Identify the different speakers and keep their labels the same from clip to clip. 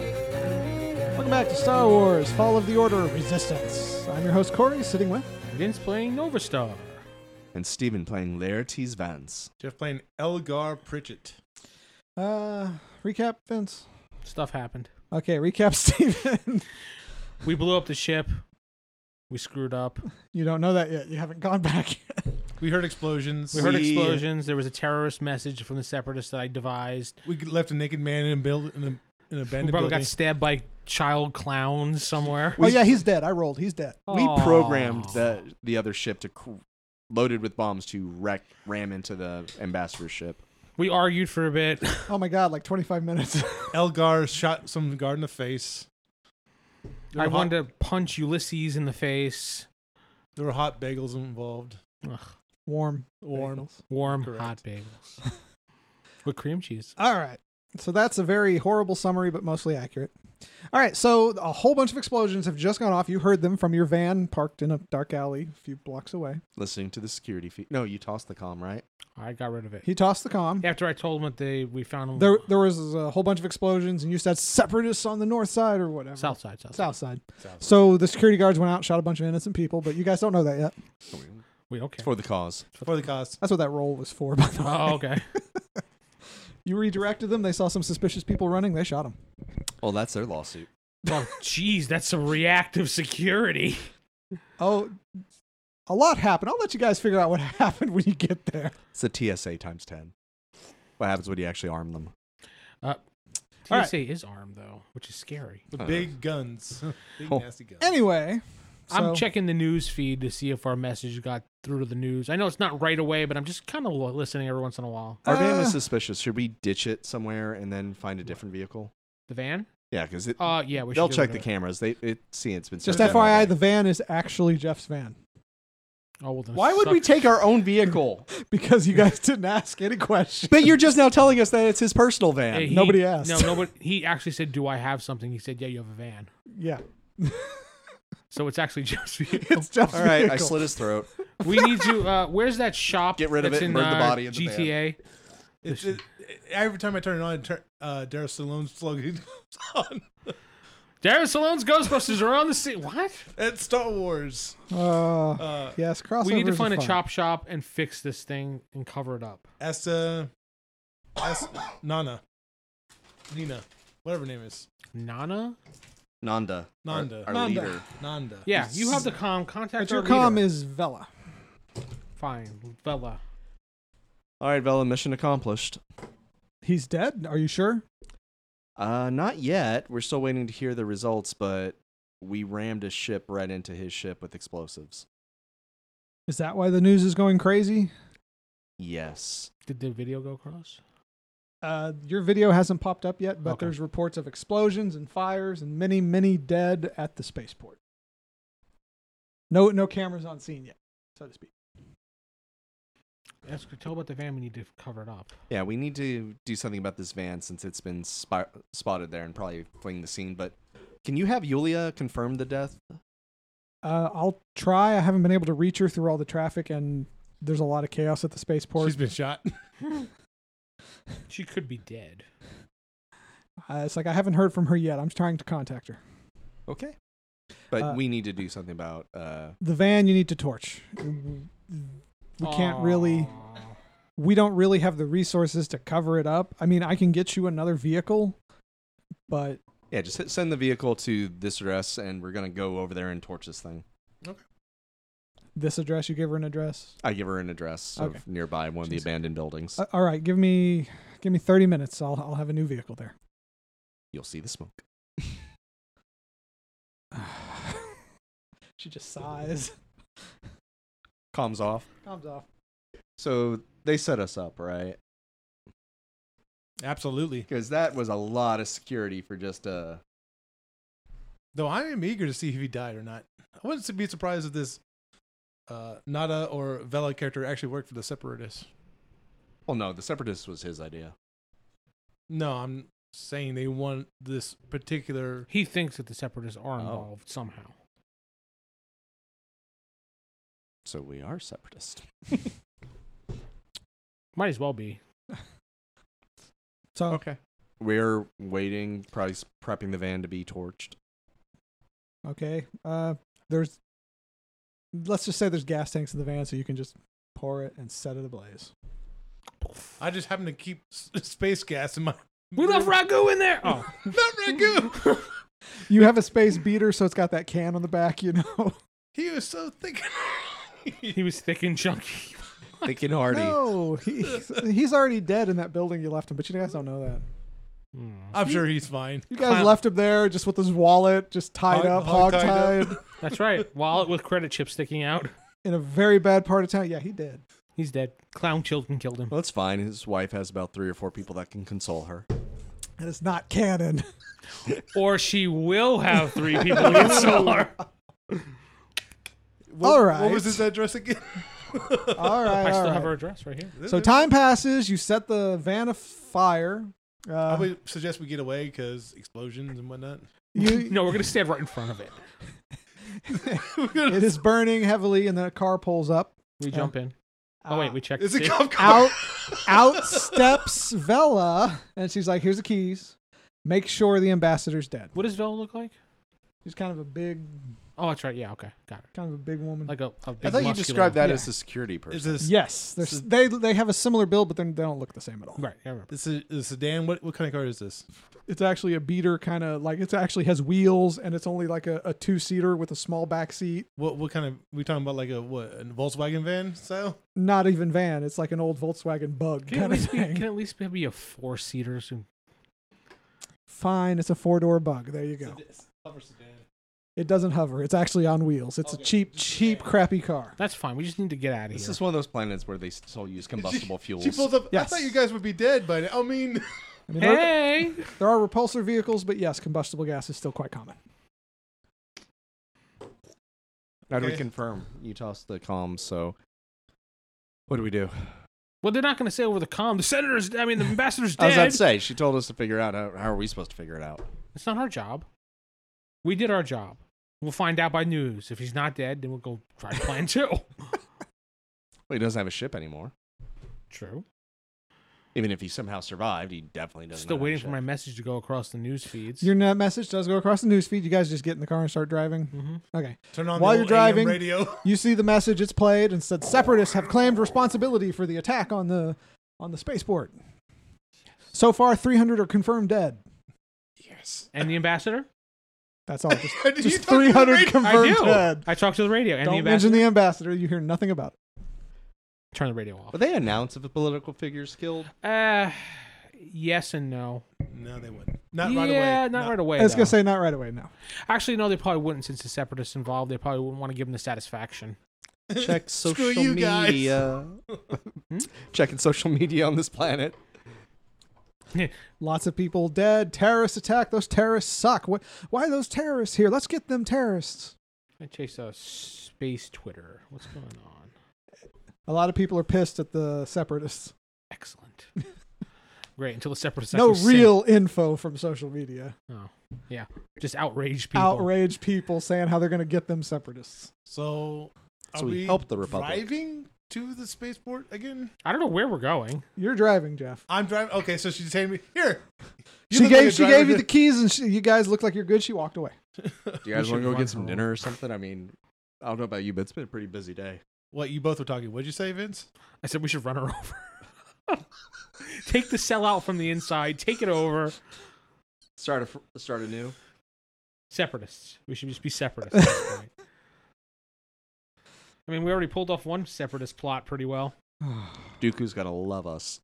Speaker 1: Welcome back to Star Wars Fall of the Order Resistance. I'm your host, Corey, sitting with.
Speaker 2: Vince playing Nova Star.
Speaker 3: and Steven playing Laertes Vance.
Speaker 4: Jeff playing Elgar Pritchett.
Speaker 1: Uh, recap, Vince.
Speaker 2: Stuff happened.
Speaker 1: Okay, recap, Steven.
Speaker 2: We blew up the ship. We screwed up.
Speaker 1: you don't know that yet. You haven't gone back yet.
Speaker 4: We heard explosions.
Speaker 2: We heard
Speaker 3: See-
Speaker 2: explosions. There was a terrorist message from the separatists that I devised.
Speaker 4: We left a naked man in a build in, a, in an
Speaker 2: We
Speaker 4: abandoned
Speaker 2: probably
Speaker 4: building.
Speaker 2: got stabbed by child clowns somewhere.
Speaker 1: oh, yeah, he's dead. I rolled. He's dead.
Speaker 3: We programmed
Speaker 2: Aw.
Speaker 3: the the other ship to cr- loaded with bombs to wreck ram into the ambassador's ship.
Speaker 2: We argued for a bit.
Speaker 1: Oh, my God, like 25 minutes.
Speaker 4: Elgar shot some guard in the face. There
Speaker 2: I
Speaker 4: were hot-
Speaker 2: wanted to punch Ulysses in the face.
Speaker 4: There were hot bagels involved.
Speaker 1: Warm.
Speaker 4: Warm.
Speaker 2: Warm
Speaker 4: Correct.
Speaker 2: hot bagels with cream cheese.
Speaker 1: All right. So that's a very horrible summary, but mostly accurate. All right. So a whole bunch of explosions have just gone off. You heard them from your van parked in a dark alley a few blocks away.
Speaker 3: Listening to the security feed. No, you tossed the com right?
Speaker 2: I got rid of it
Speaker 1: He tossed the comm.
Speaker 2: after I told him that they we found him
Speaker 1: There, there was a whole bunch of explosions, and you said separatists on the north side or whatever.
Speaker 2: south side. South,
Speaker 1: South side.
Speaker 4: South.
Speaker 1: So the security guards went out and shot a bunch of innocent people, but you guys don't know that yet.
Speaker 2: We don't care.
Speaker 3: For the cause.
Speaker 4: For the cost.
Speaker 1: That's what that roll was for, by the way.
Speaker 2: Oh, okay.
Speaker 1: You redirected them. They saw some suspicious people running. They shot them.
Speaker 3: Well, that's their lawsuit.
Speaker 2: well, geez, that's some reactive security.
Speaker 1: Oh, a lot happened. I'll let you guys figure out what happened when you get there.
Speaker 3: It's the TSA times ten. What happens when you actually arm them?
Speaker 2: TSA
Speaker 1: All right.
Speaker 2: is armed though, which is scary.
Speaker 4: With
Speaker 3: Uh.
Speaker 4: big guns. big
Speaker 3: Cool.
Speaker 4: nasty guns.
Speaker 1: Anyway, so-
Speaker 2: I'm checking the news feed to see if our message got through to the news. I know it's not right away, but I'm just kind of listening every once in a while.
Speaker 3: Our van
Speaker 1: Uh.
Speaker 3: is suspicious. Should we ditch it somewhere and then find a different vehicle?
Speaker 2: The van?
Speaker 3: Yeah, because it.
Speaker 2: Uh, yeah, we should
Speaker 3: They'll
Speaker 2: get
Speaker 3: check the
Speaker 2: rid of
Speaker 3: cameras. They it see it's been
Speaker 1: Just
Speaker 3: searched all
Speaker 1: FYI,
Speaker 3: day.
Speaker 1: the van is actually Jeff's van
Speaker 2: it. Oh, well, then
Speaker 3: Why would
Speaker 2: suck-
Speaker 3: we take our own vehicle?
Speaker 1: because you guys didn't ask any questions.
Speaker 3: but you're just now telling us that it's his personal van.
Speaker 2: Hey, he-
Speaker 1: Nobody asked.
Speaker 2: No, nobody. He actually said, "Do I have something?" He said, "Yeah, you have a van."
Speaker 1: Yeah,
Speaker 2: So it's actually just
Speaker 1: it's Jeff's
Speaker 3: All right, I
Speaker 1: vehicle.
Speaker 3: slit his throat.
Speaker 2: we need to. Uh, where's that shop?
Speaker 3: Get rid of
Speaker 2: that's
Speaker 3: it and
Speaker 2: in,
Speaker 3: burn the
Speaker 2: uh,
Speaker 3: body in the van.
Speaker 2: GTA.
Speaker 4: It's- it- every time I turn it on, it turn, uh, Dara Stallone's plug comes on.
Speaker 2: Darren Stallone's Ghostbusters are on the scene. What?
Speaker 4: It's Star Wars.
Speaker 1: Uh,
Speaker 4: Uh,
Speaker 1: yes, crossovers.
Speaker 2: We need to
Speaker 1: are
Speaker 2: find a
Speaker 1: fun.
Speaker 2: chop shop and fix this thing and cover it up.
Speaker 4: ask, uh, ask Nana. Nina. Whatever her name is.
Speaker 2: Nana?
Speaker 3: Nanda. our-
Speaker 4: Nanda.
Speaker 3: Our,
Speaker 1: Nanda.
Speaker 3: leader.
Speaker 4: Nanda.
Speaker 2: Yeah, you have the com. Contact
Speaker 1: But your
Speaker 2: our
Speaker 1: comm
Speaker 2: leader.
Speaker 1: is Vela.
Speaker 2: fine. Bella.
Speaker 3: All right, Vela, mission accomplished.
Speaker 1: He's dead. Are you sure?
Speaker 3: Uh, not yet. We're still waiting to hear the results, but we rammed a ship right into his ship with explosives.
Speaker 1: Is that why the news is going crazy?
Speaker 3: Yes.
Speaker 2: Did the video go across?
Speaker 1: Uh, your video hasn't popped up yet, but
Speaker 2: Okay.
Speaker 1: there's reports of explosions and fires and many, many dead at the spaceport. No, no cameras on scene yet, so to speak.
Speaker 2: As we tell about the van, we need to cover it up.
Speaker 3: Yeah, we need to do something about this van since it's been spy- spotted there and probably fleeing the scene. But can you have Yulia confirm the death?
Speaker 1: Uh, I'll try. I haven't been able to reach her through all the traffic, and there's a lot of chaos at the spaceport.
Speaker 4: She's been shot.
Speaker 2: She could be dead.
Speaker 1: Uh, it's like I haven't heard from her yet. I'm trying to contact her.
Speaker 3: Okay. But
Speaker 1: Uh,
Speaker 3: we need to do something about. Uh,
Speaker 1: The van you need to torch. We can't really.
Speaker 2: Aw.
Speaker 1: we don't really have the resources to cover it up. I mean, I can get you another vehicle, but
Speaker 3: yeah, just hit- send the vehicle to this address, and we're gonna go over there and torch this thing.
Speaker 1: this address, you give her an address.
Speaker 3: I give her an address
Speaker 1: Okay.
Speaker 3: of nearby one of the
Speaker 1: Jeez.
Speaker 3: abandoned buildings.
Speaker 1: Uh, all right, give me give me 30 minutes. I'll I'll have a new vehicle there.
Speaker 3: You'll see the smoke.
Speaker 1: she just sighs.
Speaker 3: Calms off.
Speaker 1: Comes off.
Speaker 3: So they set us up, right?
Speaker 4: Absolutely.
Speaker 3: uh, Because that was a lot of security for just a
Speaker 4: Though I am eager to see if he died or not. I wouldn't be surprised if this uh, Nada or Vela character actually worked for the Separatists.
Speaker 3: Well, no, the separatist was his idea.
Speaker 4: No, I'm saying they want this particular.
Speaker 2: He thinks that the separatists are
Speaker 3: Oh.
Speaker 2: involved somehow.
Speaker 3: So we are separatist.
Speaker 2: Might as well be.
Speaker 1: So
Speaker 3: Okay. We're waiting, probably s- prepping the van to be torched.
Speaker 1: okay, uh, there's. Let's just say there's gas tanks in the van, so you can just pour it and set it ablaze.
Speaker 4: I just happen to keep s- space gas in my.
Speaker 2: We left Ragu in there. Oh,
Speaker 4: Not Ragu!
Speaker 1: You have a space beater, so it's got that can on the back, you know.
Speaker 4: he was so thick.
Speaker 2: he was thick and chunky.
Speaker 3: Thinking hardy.
Speaker 1: No, he's, he's already dead in that building you left him, but you guys don't know that.
Speaker 2: Hmm.
Speaker 4: I'm sure he's fine.
Speaker 1: You guys
Speaker 2: Clown.
Speaker 1: left him there just with his wallet, just tied
Speaker 4: Hog-
Speaker 1: up, hog
Speaker 4: hog-tied
Speaker 1: tied,
Speaker 4: up.
Speaker 2: That's right. Wallet with credit chip sticking out.
Speaker 1: in a very bad part of town. Yeah, he did.
Speaker 2: He's dead. Clown Chilton killed him.
Speaker 3: Well, that's fine. His wife has about three or four people that can console her.
Speaker 1: And it's not canon.
Speaker 2: Or she will have three people in solar.
Speaker 4: What, What
Speaker 1: Alright.
Speaker 4: was his address again?
Speaker 1: All right.
Speaker 2: I
Speaker 1: all
Speaker 2: still
Speaker 1: right.
Speaker 2: have her address right here.
Speaker 1: So time passes. You set the van afire.
Speaker 4: I
Speaker 1: Uh,
Speaker 4: would suggest we get away because explosions and whatnot.
Speaker 1: you,
Speaker 2: No, we're gonna stand right in front of it.
Speaker 1: it is burning heavily, and then a car pulls up. Uh,
Speaker 2: We jump in. Oh wait,
Speaker 1: Ah.
Speaker 2: we checked.
Speaker 4: It's a
Speaker 2: see?
Speaker 4: cop car.
Speaker 1: Out, out steps Vela, and she's like, "Here's the keys. Make sure the ambassador's dead."
Speaker 2: What does Vel look like?
Speaker 1: She's kind of a big,
Speaker 2: Oh, that's right. Yeah, okay, got it.
Speaker 1: kind of a big woman.
Speaker 2: Like a, a big
Speaker 3: I thought you
Speaker 2: muscular-
Speaker 3: described that
Speaker 1: Yeah.
Speaker 3: as the security
Speaker 4: Is
Speaker 3: person.
Speaker 4: this
Speaker 1: yes, they're,
Speaker 4: This is-
Speaker 1: they they have a similar build, but then they don't look the same at all.
Speaker 2: Right. I remember.
Speaker 4: This is a sedan. What what kind of car is this?
Speaker 1: It's actually a beater, kind of like it actually has wheels, and it's only like a, a two seater with a small back seat.
Speaker 4: What what kind of we talking about? Like a what? A Volkswagen van style?
Speaker 1: Not even van. It's like an old Volkswagen Bug kind
Speaker 2: Can at
Speaker 1: of
Speaker 2: least be,
Speaker 1: thing.
Speaker 2: can at least be a four seater soon.
Speaker 1: Fine, it's a four door Bug. There you go.
Speaker 4: Hover sedan.
Speaker 1: It doesn't hover. It's actually on wheels. It's a cheap, cheap, crappy car.
Speaker 2: That's fine. We just need to get out of
Speaker 3: This
Speaker 2: here.
Speaker 3: is one of those planets where they still use combustible fuels.
Speaker 4: She pulls up. I
Speaker 1: Yes.
Speaker 4: thought you guys would be dead by now. I mean,
Speaker 1: I mean, there,
Speaker 2: Hey,
Speaker 1: there are repulsor vehicles, but yes, combustible gas is still quite common.
Speaker 3: How do we
Speaker 4: Okay.
Speaker 3: confirm? You tossed the comms, so what do we do?
Speaker 2: well, they're not going to say over the comm. The senator's, I mean, the ambassador's
Speaker 3: I was about
Speaker 2: dead.
Speaker 3: to say, she told us to figure out how, how are we supposed to figure it out?
Speaker 2: It's not our job. We did our job. We'll find out by news. If he's not dead, then we'll go try plan two.
Speaker 3: Well, he doesn't have a ship anymore.
Speaker 2: True.
Speaker 3: Even if he somehow survived, he definitely doesn't.
Speaker 2: Still
Speaker 3: have a
Speaker 2: waiting for
Speaker 3: ship.
Speaker 2: my message to go across the news feeds.
Speaker 1: Your net message does go across the newsfeed. You guys just get in the car and start driving.
Speaker 2: hmm
Speaker 1: Okay.
Speaker 4: turn on
Speaker 1: While
Speaker 4: the
Speaker 1: you're
Speaker 4: old AM
Speaker 1: driving-
Speaker 4: radio.
Speaker 1: You see the message. It's played and said separatists have claimed responsibility for the attack on the on the spaceport. So far, 300 are confirmed dead.
Speaker 3: Yes.
Speaker 2: And the ambassador?
Speaker 1: That's all. Just,
Speaker 4: You
Speaker 1: just
Speaker 4: talking to the
Speaker 1: 300
Speaker 4: radio?
Speaker 2: I
Speaker 1: confirmed
Speaker 2: do.
Speaker 1: dead.
Speaker 2: I talked to the radio. And the
Speaker 1: Don't
Speaker 2: ambassador.
Speaker 1: mention the ambassador. You hear nothing about it.
Speaker 2: Turn the radio off.
Speaker 3: Will they announce if a political figure's killed?
Speaker 2: Uh, yes and no.
Speaker 4: No, they wouldn't. Not right away.
Speaker 2: yeah, not right away.
Speaker 1: I was
Speaker 2: though.
Speaker 1: gonna say not right away. No.
Speaker 2: Actually, no, they probably wouldn't since the separatists involved. They probably wouldn't want to give them the satisfaction.
Speaker 3: Check social
Speaker 4: you guys.
Speaker 3: media.
Speaker 2: Hmm?
Speaker 3: Checking social media on this planet.
Speaker 1: Lots of people dead. Terrorist attack. Those terrorists suck. What? Why are those terrorists here? Let's get them terrorists.
Speaker 2: I chase a space Twitter. What's going on?
Speaker 1: A lot of people are pissed at the separatists.
Speaker 2: Excellent. Great. Until the separatists
Speaker 1: no
Speaker 2: actually sing.
Speaker 1: real info from social media.
Speaker 2: yeah, just outrage people.
Speaker 1: Outraged people saying how they're going to get them separatists.
Speaker 4: So, are
Speaker 3: So we
Speaker 4: we
Speaker 3: help the Republic.
Speaker 4: driving to the spaceport again?
Speaker 2: I don't know where we're going.
Speaker 1: You're driving, Jeff.
Speaker 4: I'm driving. Okay, so she's handing me here. You
Speaker 1: She
Speaker 4: look like
Speaker 1: gave
Speaker 4: a
Speaker 1: she
Speaker 4: driver
Speaker 1: gave you
Speaker 4: to-
Speaker 1: the keys, and she, you guys look like you're good. She walked away.
Speaker 3: Do you guys
Speaker 2: should
Speaker 3: want to go
Speaker 2: run
Speaker 3: get some
Speaker 2: home.
Speaker 3: dinner or something? I mean, I don't know about you, but it's been a pretty busy day.
Speaker 4: What you both were talking? What'd you say, Vince?
Speaker 2: I said we should run her over. take the cell out from the inside. Take it over.
Speaker 3: Start a fr- start anew.
Speaker 2: Separatists. We should just be separatists. at this point. I mean, we already pulled off one separatist plot pretty well.
Speaker 3: Dooku's gotta love us.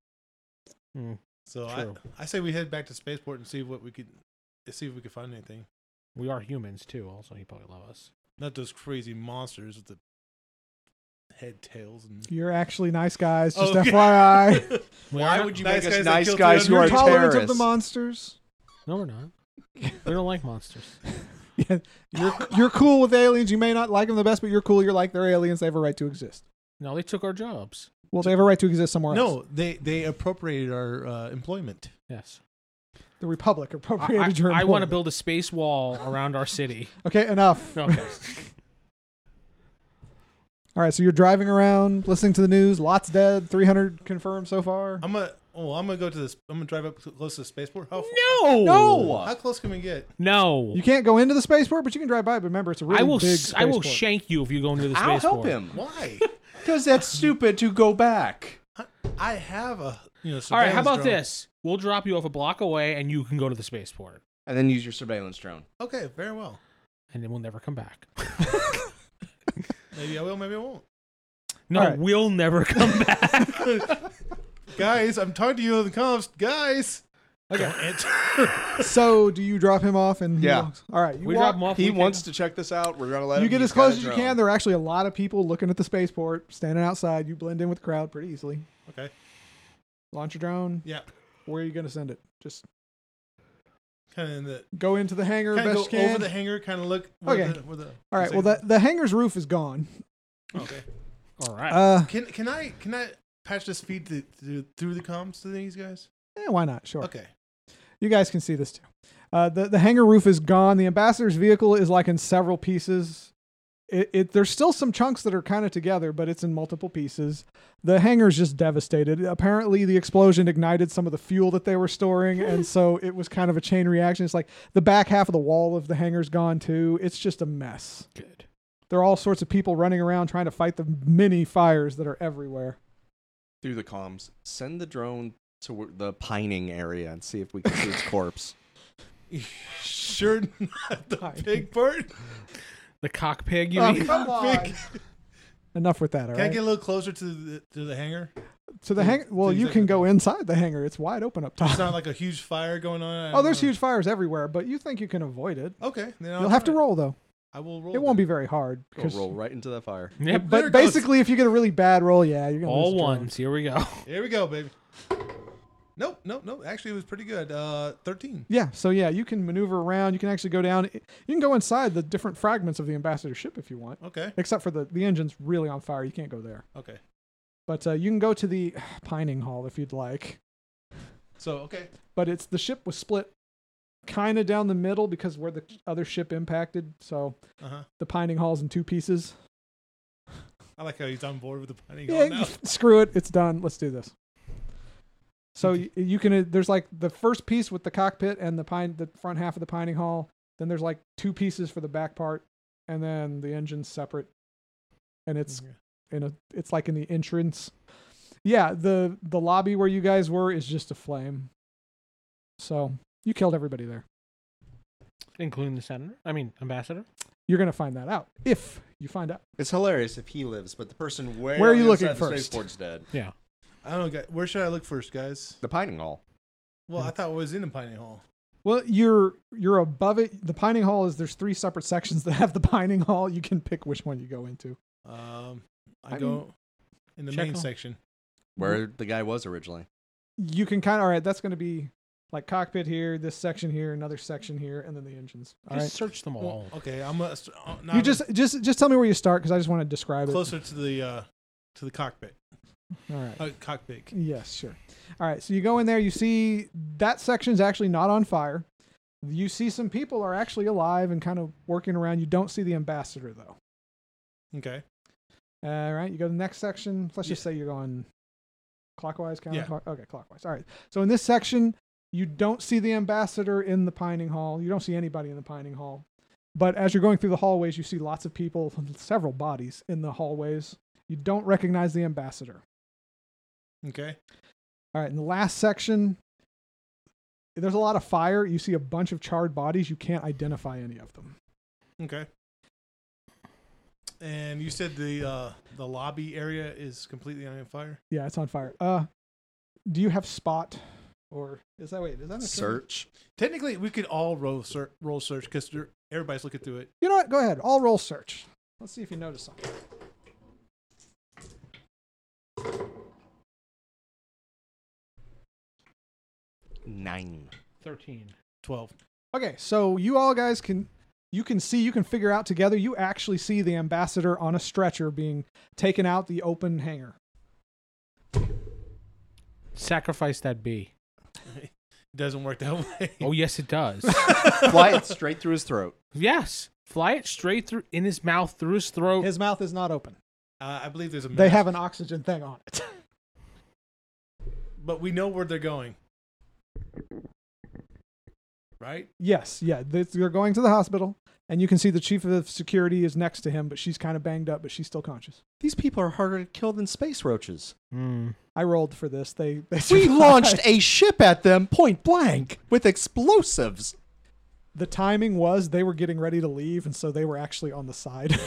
Speaker 2: Hmm.
Speaker 4: So
Speaker 2: True.
Speaker 4: I, I say we head back to spaceport and see what we could see if we could find anything.
Speaker 2: We are humans too. Also, he probably love us.
Speaker 4: Not those crazy monsters with the head tails and.
Speaker 1: You're actually nice guys. Just
Speaker 4: Okay.
Speaker 1: FYI.
Speaker 4: Why would you
Speaker 3: Nice
Speaker 4: make
Speaker 3: guys-
Speaker 4: us
Speaker 3: nice
Speaker 4: that kill
Speaker 3: guys who
Speaker 4: two
Speaker 3: are
Speaker 4: hundred?
Speaker 1: Tolerant of the
Speaker 3: terrorists.
Speaker 1: monsters.
Speaker 2: No, we're not. We don't like monsters.
Speaker 1: Yeah, you're you're cool with aliens. You may not like them the best, but you're cool. You're like they're aliens. They have a right to exist.
Speaker 2: No, they took our jobs.
Speaker 1: Well, they have a right to exist somewhere else.
Speaker 4: No, they they appropriated our uh, employment.
Speaker 2: Yes.
Speaker 1: the Republic
Speaker 2: I, I-
Speaker 1: appropriated your.
Speaker 2: I want to
Speaker 1: employment.
Speaker 2: build a space wall around our city.
Speaker 1: Okay, enough.
Speaker 2: Okay.
Speaker 1: All right, so you're driving around, listening to the news. Lots dead, 300 confirmed so far.
Speaker 4: I'm gonna oh I'm gonna go to this. I'm gonna drive up cl- close to the spaceport. How f-
Speaker 2: no.
Speaker 3: No.
Speaker 4: How close can we get?
Speaker 2: No.
Speaker 1: You can't go into the spaceport, but you can drive by. But remember, it's a really
Speaker 2: I will.
Speaker 1: big.
Speaker 2: s- I will
Speaker 1: spaceport.
Speaker 2: shank you if you go into the space.
Speaker 3: I'll help him
Speaker 4: Why?
Speaker 3: because that's stupid to go back.
Speaker 4: I- I have a you know.
Speaker 2: All right. How
Speaker 4: surveillance
Speaker 2: about
Speaker 4: drone.
Speaker 2: this? We'll drop you off a block away, and you can go to the spaceport,
Speaker 3: And then use your surveillance drone.
Speaker 4: Okay, very well.
Speaker 2: and then we'll never come back.
Speaker 4: Maybe I will. Maybe I won't.
Speaker 2: No,
Speaker 1: All right.
Speaker 2: we'll never come back.
Speaker 4: guys, I'm talking to you in the comps. Guys, okay.
Speaker 1: So, do you drop him off and he
Speaker 3: Yeah.
Speaker 1: walks- All right, you
Speaker 2: we
Speaker 1: walk-
Speaker 2: drop him off.
Speaker 3: He
Speaker 2: we
Speaker 3: wants
Speaker 2: take-
Speaker 3: to check this out. We're gonna let
Speaker 1: You
Speaker 3: him
Speaker 1: get
Speaker 3: use
Speaker 1: as close
Speaker 3: that
Speaker 1: as you
Speaker 3: drone.
Speaker 1: can. There are actually a lot of people looking at the spaceport, standing outside. You blend in with the crowd pretty easily.
Speaker 4: okay.
Speaker 1: Launch your drone.
Speaker 4: Yeah.
Speaker 1: Where are you going to send it? Just
Speaker 4: Kind of in the
Speaker 1: go into the hangar
Speaker 4: kind of
Speaker 1: best
Speaker 4: go
Speaker 1: you can.
Speaker 4: over the hangar. Kind of look. Where
Speaker 1: Okay.
Speaker 4: The, where the,
Speaker 1: All right. Well,
Speaker 4: the-
Speaker 1: the, the hangar's roof is gone.
Speaker 4: Okay.
Speaker 2: All right.
Speaker 1: Uh,
Speaker 4: Can can I can I patch this feed to, to, through the comms to these guys?
Speaker 1: eh, why not? Sure.
Speaker 4: Okay.
Speaker 1: You guys can see this too. Uh, the the hangar roof is gone. The ambassador's vehicle is like in several pieces. It, it there's still some chunks that are kind of together, but it's in multiple pieces. The hangar's just devastated. Apparently, the explosion ignited some of the fuel that they were storing, and so it was kind of a chain reaction. It's like the back half of the wall of the hangar's gone too. It's just a mess.
Speaker 2: Good.
Speaker 1: There are all sorts of people running around trying to fight the many fires that are everywhere.
Speaker 3: through the comms. Send the drone to where- the pining area and see if we can see its corpse.
Speaker 4: Sure, not the
Speaker 1: Hi.
Speaker 4: pig part.
Speaker 2: The cock pig. You
Speaker 1: Oh,
Speaker 2: mean?
Speaker 1: come on.
Speaker 4: Pig.
Speaker 1: Enough with that, all
Speaker 4: Can I
Speaker 1: right?
Speaker 4: get a little closer to the to the hangar?
Speaker 1: to the
Speaker 4: things-
Speaker 1: hang. Well,
Speaker 4: things
Speaker 1: you
Speaker 4: that
Speaker 1: can
Speaker 4: could
Speaker 1: go inside the hangar. It's wide open up top.
Speaker 4: It's not like a huge fire going on. I
Speaker 1: Oh,
Speaker 4: don't
Speaker 1: there's
Speaker 4: know.
Speaker 1: huge fires everywhere, but you think you can avoid it.
Speaker 4: Okay, then I'll
Speaker 1: You'll have to
Speaker 4: try.
Speaker 1: roll though.
Speaker 4: I will roll.
Speaker 1: It won't be very hard.
Speaker 3: Go
Speaker 1: 'cause-
Speaker 3: roll right into that fire.
Speaker 2: Yep.
Speaker 4: There
Speaker 1: But
Speaker 4: it goes.
Speaker 1: basically, if you get a really bad roll, yeah, you're gonna lose
Speaker 2: All
Speaker 1: the drone.
Speaker 2: ones. Here we go.
Speaker 4: Here we go, baby. Nope, nope, nope. Actually, it was pretty good. Uh, thirteen.
Speaker 1: Yeah, so yeah, you can maneuver around. You can actually go down. You can go inside the different fragments of the ambassador ship if you want.
Speaker 4: Okay,
Speaker 1: Except for the the engine's really on fire. You can't go there.
Speaker 4: okay.
Speaker 1: But uh, you can go to the pining hall if you'd like.
Speaker 4: So okay,
Speaker 1: But it's the ship was split kind of down the middle because where the other ship impacted. So
Speaker 4: uh huh.
Speaker 1: the pining hall's in two pieces.
Speaker 4: I like how he's on board with the planning.
Speaker 1: yeah,
Speaker 4: Yeah, now.
Speaker 1: screw it. It's done. Let's do this. So you, you can uh, there's like the first piece with the cockpit and the pine the front half of the pining hall. Then there's like two pieces for the back part, and then the engine's separate. And it's
Speaker 4: Okay.
Speaker 1: in a it's like in the entrance. Yeah, the the lobby where you guys were is just a flame. So you killed everybody there.
Speaker 2: Including the senator. I mean, ambassador.
Speaker 1: You're gonna find that out if you find out.
Speaker 3: It's hilarious if he lives, but the person way
Speaker 1: Where are
Speaker 3: on
Speaker 1: you
Speaker 3: the
Speaker 1: looking
Speaker 3: other side of the
Speaker 1: first?
Speaker 3: Spaceport's dead.
Speaker 2: Yeah.
Speaker 4: I don't know. guy- Where should I look first, guys?
Speaker 3: The pining hall.
Speaker 4: Well,
Speaker 1: Mm.
Speaker 4: I thought it was in the planning hall.
Speaker 1: Well, you're you're above it. The pining hall is there's three separate sections that have the pining hall. You can pick which one you go into.
Speaker 4: Um, I
Speaker 3: I'm-
Speaker 4: go in the
Speaker 2: Check
Speaker 4: main
Speaker 2: hall.
Speaker 4: section.
Speaker 3: Where
Speaker 1: Mm-hmm.
Speaker 3: the guy was originally.
Speaker 1: you can kind of all right that's going to be like cockpit here this section here another section here and then the engines all
Speaker 2: just
Speaker 1: right
Speaker 2: search them all.
Speaker 4: Well, okay, I'm gonna. st- uh, now
Speaker 1: you
Speaker 4: I'm
Speaker 1: just just just tell me where you start because i just want to describe
Speaker 4: closer to the uh, to the cockpit.
Speaker 1: it all right
Speaker 4: Uh, cockpit.
Speaker 1: yes sure all right so you go in there you see that section's actually not on fire you see some people are actually alive and kind of working around you don't see the ambassador though
Speaker 4: Okay.
Speaker 1: all right you go to the next section let's just say you're going clockwise
Speaker 4: Yeah.
Speaker 1: counterclockwise okay clockwise all right so in this section you don't see the ambassador in the pining hall you don't see anybody in the pining hall but as you're going through the hallways you see lots of people several bodies in the hallways you don't recognize the ambassador
Speaker 4: Okay.
Speaker 1: all right in the last section there's a lot of fire you see a bunch of charred bodies you can't identify any of them
Speaker 4: Okay. And you said the uh, the lobby area is completely on fire.
Speaker 1: yeah it's on fire uh do you have spot or is that wait is
Speaker 3: Oh,
Speaker 1: that a
Speaker 3: Search.
Speaker 4: Technically, we could all roll search, roll search because everybody's looking through it.
Speaker 1: You know what? Go ahead. I'll roll search. Let's see if you notice something.
Speaker 3: Nine.
Speaker 2: Thirteen.
Speaker 4: Twelve.
Speaker 1: Okay, so you all guys can you can see, you can figure out together. You actually see the ambassador on a stretcher being taken out the open hangar.
Speaker 2: Sacrifice that bee.
Speaker 4: doesn't work that way.
Speaker 2: Oh yes, it does.
Speaker 3: Fly it straight through his throat.
Speaker 2: yes, fly it straight through in his mouth, through his
Speaker 3: Oh.
Speaker 2: throat.
Speaker 1: His mouth is not open.
Speaker 4: Uh, I believe there's a.
Speaker 1: They
Speaker 4: mask,
Speaker 1: have an oxygen thing on it.
Speaker 4: but we know where they're going. Right?
Speaker 1: yes, yeah. They, they're going to the hospital, and you can see the chief of security is next to him, but she's kind of banged up, but she's still conscious.
Speaker 3: These people are harder to kill than space roaches.
Speaker 2: Mm.
Speaker 1: I rolled for this. They, they
Speaker 3: We
Speaker 1: survived.
Speaker 3: launched a ship at them point blank with explosives.
Speaker 1: The timing was they were getting ready to leave, and so they were actually on the side.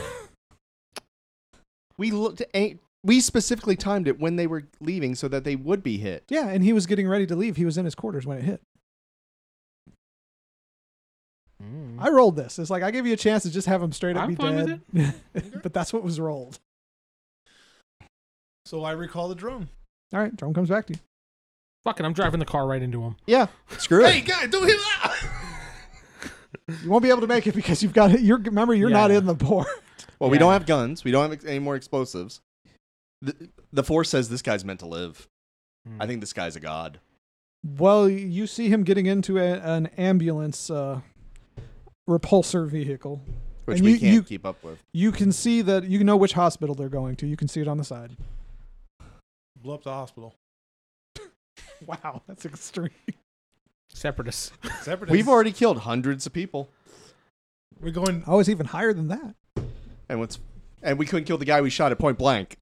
Speaker 3: We looked a- we specifically timed it when they were leaving so that they would be hit.
Speaker 1: yeah, and he was getting ready to leave. He was in his quarters when it hit.
Speaker 2: Mm.
Speaker 1: I rolled this. It's like I give you a chance to just have him straight up
Speaker 2: I'm
Speaker 1: be
Speaker 2: fine
Speaker 1: dead.
Speaker 2: with
Speaker 1: but that's what was rolled.
Speaker 4: So I recall the drone.
Speaker 1: All right, drone comes back to you.
Speaker 2: Fuck it, I'm driving the car right into him.
Speaker 3: Yeah, screw
Speaker 4: Hey, guy, do him out!
Speaker 1: You won't be able to make it because you've got it. You're remember you're not
Speaker 2: Yeah.
Speaker 1: in the board.
Speaker 3: Well, we don't
Speaker 2: Yeah.
Speaker 3: have guns. We don't have ex- any more explosives. The, the force says this guy's meant to live.
Speaker 1: Hmm.
Speaker 3: I think this guy's a god.
Speaker 1: Well, you see him getting into a, an ambulance uh, repulsor vehicle.
Speaker 3: Which
Speaker 1: And
Speaker 3: we
Speaker 1: you-
Speaker 3: can't
Speaker 1: you-
Speaker 3: keep up with.
Speaker 1: You can see that you know which hospital they're going to. You can see it on the side.
Speaker 4: Blow up the hospital.
Speaker 1: Wow, that's extreme.
Speaker 2: separatists.
Speaker 4: Separatists.
Speaker 3: We've already killed hundreds of people.
Speaker 4: We're going.
Speaker 1: I was Oh, even higher than that.
Speaker 3: And what's and we couldn't kill the guy we shot at point blank.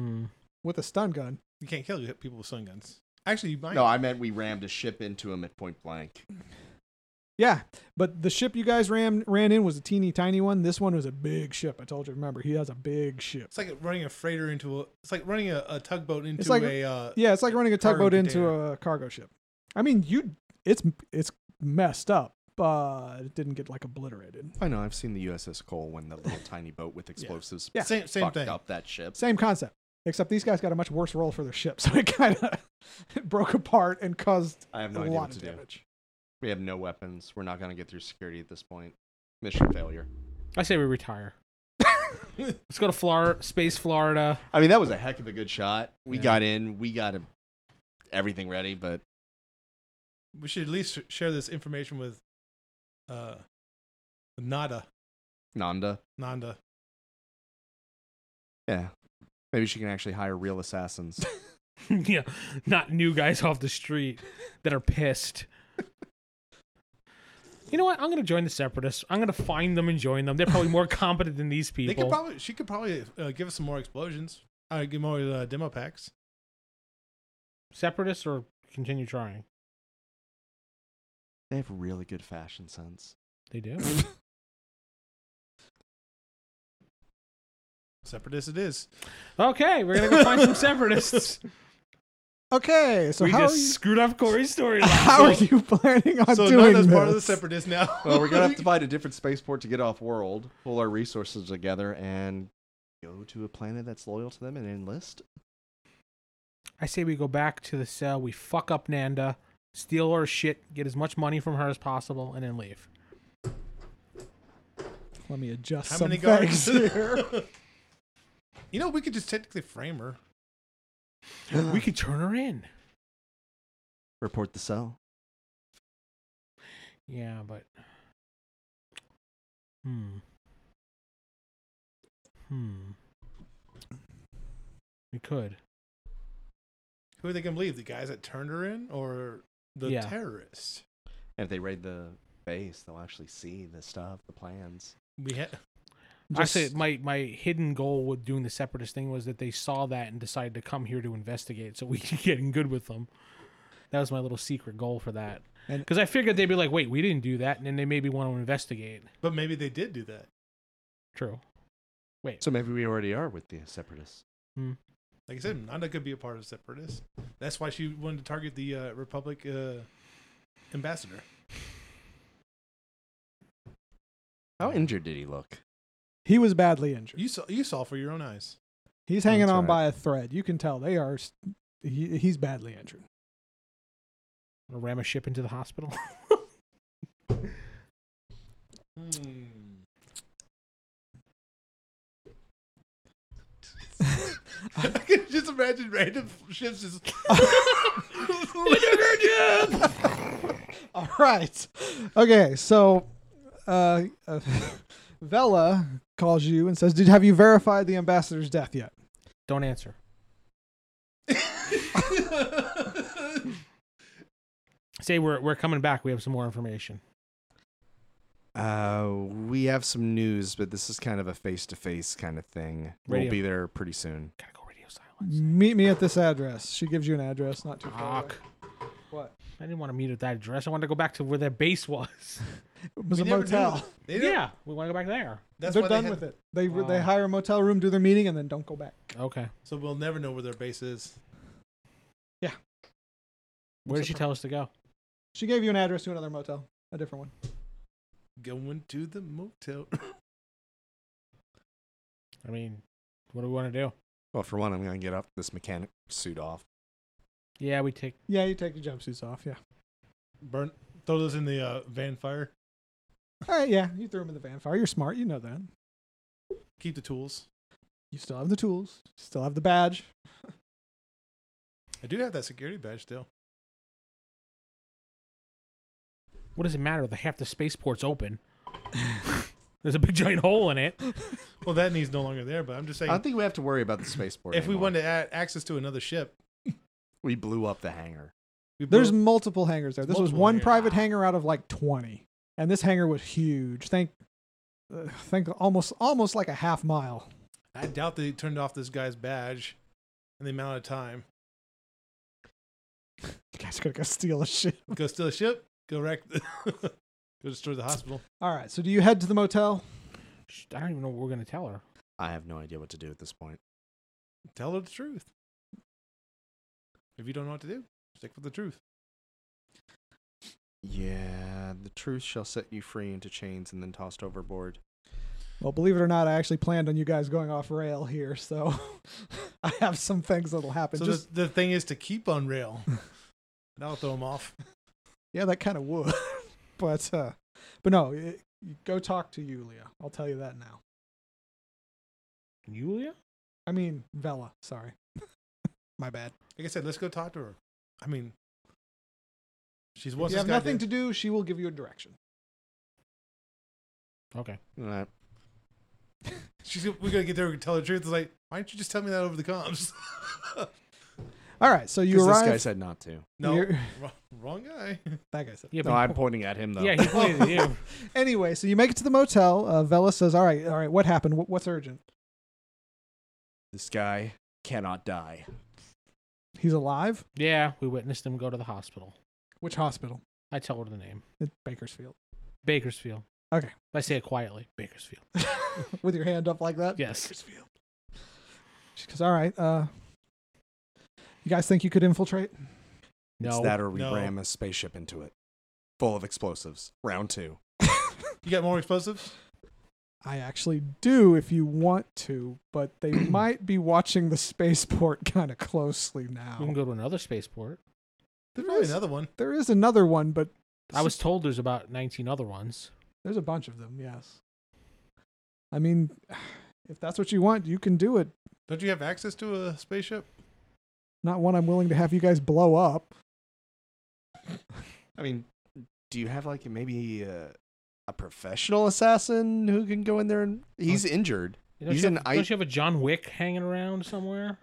Speaker 2: Mm.
Speaker 1: With a stun gun.
Speaker 4: You can't kill people with stun guns. Actually, you might.
Speaker 3: No, I meant we rammed a ship into him at point blank.
Speaker 1: Yeah, but the ship you guys ran ran in was a teeny tiny one. This one was a big ship. I told you. Remember, he has a big ship.
Speaker 4: It's like running a freighter into a. It's like running a, a tugboat into
Speaker 1: like-
Speaker 4: a. Uh,
Speaker 1: Yeah, it's like running a
Speaker 4: Cargo
Speaker 1: tugboat into
Speaker 4: container.
Speaker 1: a cargo ship. I mean, you it's it's messed up, but it didn't get like obliterated.
Speaker 3: I know, I've seen the USS Cole when the little tiny boat with explosives
Speaker 1: Yeah.
Speaker 4: Same same
Speaker 3: fucked
Speaker 4: thing.
Speaker 3: up that ship.
Speaker 1: Same concept, except these guys got a much worse roll for their ship, so it kind of it broke apart and caused
Speaker 3: I have
Speaker 1: a
Speaker 3: no idea
Speaker 1: lot
Speaker 3: what
Speaker 1: of
Speaker 3: to do.
Speaker 1: damage.
Speaker 3: We have no weapons. We're not going to get through security at this point. Mission failure.
Speaker 2: I say we retire. Let's go to Florida, space Florida.
Speaker 3: I mean, that was a heck of a good shot. We
Speaker 2: Yeah.
Speaker 3: got in. We got a- everything ready, but
Speaker 4: We should at least sh- share this information with. Uh, Nada,
Speaker 3: Nanda.
Speaker 4: Nanda.
Speaker 3: Yeah. Maybe she can actually hire real assassins.
Speaker 2: yeah, not new guys off the street that are pissed. You know what? I'm gonna join the separatists. I'm gonna find them and join them. They're probably more competent than these
Speaker 4: They
Speaker 2: people.
Speaker 4: could probably. She could probably uh, give us some more explosions. Uh, give more uh, demo packs.
Speaker 2: separatists or continue trying.
Speaker 3: they have really good fashion sense.
Speaker 2: They do.
Speaker 4: Separatists, it is.
Speaker 2: Okay, we're gonna go find some separatists.
Speaker 1: Okay, so
Speaker 2: we
Speaker 1: how
Speaker 2: just
Speaker 1: are, you,
Speaker 2: screwed up Corey's storyline.
Speaker 1: how are you planning on
Speaker 4: so
Speaker 1: doing
Speaker 4: Nanda's
Speaker 1: this?
Speaker 4: part of the separatists now.
Speaker 3: Well, we're going to have to find a different spaceport to get off world, pull our resources together, and go to a planet that's loyal to them and enlist.
Speaker 2: I say we go back to the cell. We fuck up Nanda, steal her shit, get as much money from her as possible, and then leave.
Speaker 1: Let me adjust
Speaker 4: How
Speaker 1: some
Speaker 4: many
Speaker 1: things
Speaker 4: guards?
Speaker 1: here.
Speaker 4: you know, we could just technically frame her.
Speaker 2: we could turn her in.
Speaker 3: Report the cell.
Speaker 2: Yeah, but hmm, hmm, we could.
Speaker 4: Who are they gonna believe? The guys that turned her in, or the
Speaker 2: Yeah.
Speaker 4: terrorists?
Speaker 3: And if they raid the base, they'll actually see the stuff, the plans.
Speaker 4: We ha-
Speaker 1: Just-
Speaker 2: Actually, my my hidden goal with doing the separatist thing was that they saw that and decided to come here to investigate, so we could get in good with them. That was my little secret goal for that,
Speaker 1: And-
Speaker 2: because I figured they'd be like, "Wait, we didn't do that," and then they maybe want to investigate.
Speaker 4: but maybe they did do that.
Speaker 2: True.
Speaker 3: So maybe we already are with the separatists.
Speaker 4: Like I said, Nanda could be a part of separatists. That's why she wanted to target the uh, Republic uh, ambassador.
Speaker 3: How injured did he look?
Speaker 1: he was badly injured.
Speaker 4: You saw, you saw for your own eyes.
Speaker 1: He's hanging
Speaker 3: That's
Speaker 1: on
Speaker 3: right.
Speaker 1: by a thread. You can tell they are. s- He, he's badly injured.
Speaker 2: Wanna ram a ship into the hospital.
Speaker 4: I can just imagine random ships just.
Speaker 1: All right. Okay, so uh, uh, Vela calls you and says, "Did have you verified the ambassador's death yet?"
Speaker 2: Don't answer. Say we're we're coming back. We have some more information.
Speaker 3: Uh, we have some news, but this is kind of a face to face kind of thing.
Speaker 2: Radio.
Speaker 3: We'll be there pretty soon.
Speaker 2: Gotta go radio silence.
Speaker 1: Meet me at this address. She gives you an address, not too far.
Speaker 2: Fuck.
Speaker 1: What?
Speaker 2: I didn't want to meet at that address. I wanted to go back to where their base was.
Speaker 1: away. It was
Speaker 4: We
Speaker 1: a
Speaker 4: never knew
Speaker 1: motel.
Speaker 4: that. They don't-
Speaker 2: yeah, we want to go back there.
Speaker 4: That's
Speaker 1: They're
Speaker 4: why they
Speaker 1: done
Speaker 4: had- Oh.
Speaker 1: with it. They they
Speaker 2: Wow.
Speaker 1: hire a motel room, do their meeting, and then don't go back.
Speaker 2: Okay.
Speaker 4: So we'll never know where their base is.
Speaker 2: Where did she tell us to go?
Speaker 1: She gave you an address to another motel, a different one.
Speaker 4: Going to the motel.
Speaker 2: I mean, what do we want to do?
Speaker 3: Well, for one, I'm gonna get up this mechanic suit off.
Speaker 2: Yeah, we take.
Speaker 1: Yeah, you take your jumpsuits off. Yeah.
Speaker 4: Burn. Throw those in the uh, van fire.
Speaker 1: All right. Yeah, you threw them in the van fire. You're smart. You know that.
Speaker 4: Keep the tools.
Speaker 1: You still have the tools. Still have the badge.
Speaker 4: I do have that security badge still.
Speaker 2: What does it matter? The half the spaceport's open. There's a big giant hole in it.
Speaker 4: Well, that need's no longer there, but I'm just
Speaker 3: I
Speaker 4: saying.
Speaker 3: don't think we have to worry about the spaceport.
Speaker 4: if we
Speaker 3: anymore.
Speaker 4: wanted to add access to another ship,
Speaker 3: we blew up the hangar.
Speaker 4: we
Speaker 1: There's
Speaker 4: blew-
Speaker 1: multiple hangars there. This was
Speaker 4: Multiple
Speaker 1: one
Speaker 4: hangars.
Speaker 1: private hangar out of like 20, and this hangar was huge. Think, uh, think almost almost like a half mile.
Speaker 4: I doubt they turned off this guy's badge and the amount of time.
Speaker 1: You guys are gonna go steal a ship.
Speaker 4: Go steal a ship. Go wreck. the- go destroy the hospital.
Speaker 1: All right. So do you head to the motel?
Speaker 2: Sh- I don't even know what we're gonna tell her.
Speaker 3: I have no idea what to do at this point.
Speaker 4: Tell her the truth. If you don't know what to do, stick with the truth.
Speaker 3: Yeah, the truth shall set you free into chains and then tossed overboard.
Speaker 1: Well, believe it or not, I actually planned on you guys going off rail here, so I have some things that'll happen.
Speaker 4: so
Speaker 1: Just
Speaker 4: the, the thing is to keep on rail. That'll throw him off.
Speaker 1: yeah, that kind of would, but uh, but no, y y- go talk to Yulia. I'll tell you that now.
Speaker 2: Yulia?
Speaker 1: I mean Vela. Sorry, my bad.
Speaker 4: Like I said, let's go talk to her. I mean, she's
Speaker 1: If
Speaker 4: once
Speaker 1: you
Speaker 4: this
Speaker 1: have
Speaker 4: guy
Speaker 1: nothing
Speaker 4: did-
Speaker 1: to do. She will give you a direction.
Speaker 2: Okay.
Speaker 3: All right.
Speaker 4: She's gonna- we're gonna get there and tell her the truth. It's like, why don't you just tell me that over the comms?
Speaker 1: All right, so you
Speaker 3: 'Cause
Speaker 1: arrive.
Speaker 3: this guy said not to.
Speaker 4: no,
Speaker 1: You're-
Speaker 4: wrong, wrong guy.
Speaker 1: that guy said.
Speaker 2: Yeah,
Speaker 3: No, I'm pointing at him though.
Speaker 2: yeah, he pointed at you.
Speaker 1: Anyway, so you make it to the motel. Uh, Vela says, "All right, all right. What happened? What, what's urgent?
Speaker 3: This guy cannot die.
Speaker 1: He's alive.
Speaker 2: Yeah, we witnessed him go to the hospital.
Speaker 1: Which hospital?
Speaker 2: I tell her the name.
Speaker 1: At Bakersfield.
Speaker 2: Bakersfield.
Speaker 1: Okay.
Speaker 2: I say it quietly. Bakersfield.
Speaker 1: With your hand up like that.
Speaker 2: Yes.
Speaker 1: Bakersfield. She goes, "All right. Uh, you guys think you could infiltrate?
Speaker 3: It's
Speaker 2: No.
Speaker 3: that or we
Speaker 4: No.
Speaker 3: ram a spaceship into it. Full of explosives. Round two.
Speaker 4: You got more explosives?
Speaker 1: I actually do if you want to, but they might be watching the spaceport kind of closely
Speaker 2: We can
Speaker 1: now.
Speaker 2: go to another spaceport.
Speaker 4: There's
Speaker 1: There
Speaker 4: probably
Speaker 1: is-
Speaker 4: another one.
Speaker 1: There is another one, but
Speaker 2: I was told there's about 19 other ones.
Speaker 1: There's a bunch of them, yes. I mean, if that's what you want, you can do it.
Speaker 4: Don't you have access to a spaceship?
Speaker 1: Not one I'm willing to have you guys blow up.
Speaker 3: I mean, do you have like maybe uh, a professional assassin who can go in there and he's injured?
Speaker 2: You don't
Speaker 3: He's
Speaker 2: you
Speaker 3: an
Speaker 2: have,
Speaker 3: I-
Speaker 2: don't you have a John Wick hanging around somewhere?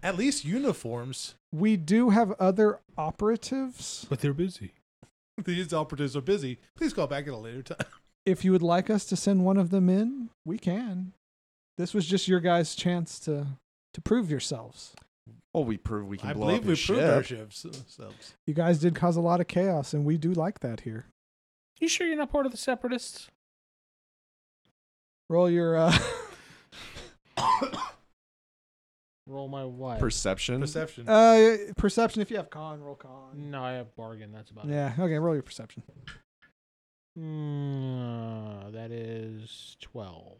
Speaker 4: At least uniforms.
Speaker 1: We do have other operatives.
Speaker 2: But they're busy.
Speaker 4: These operatives are busy. Please call back at a later time.
Speaker 1: If you would like us to send one of them in, we can. This was just your guys' chance to to prove yourselves.
Speaker 3: Well, we prove we can
Speaker 4: I
Speaker 3: blow
Speaker 4: believe
Speaker 3: up
Speaker 4: we
Speaker 3: his
Speaker 4: proved our
Speaker 3: ship.
Speaker 4: ships uh, ourselves.
Speaker 1: You guys did cause a lot of chaos, and we do like that here.
Speaker 2: You sure you're not part of the separatists?
Speaker 1: Roll your uh,
Speaker 2: Roll my what?
Speaker 3: Perception.
Speaker 4: Perception.
Speaker 1: uh perception if you have con. Roll con.
Speaker 2: no, I have bargain. That's about
Speaker 1: Yeah. Okay. Roll your perception.
Speaker 2: it. Mm, that is 12.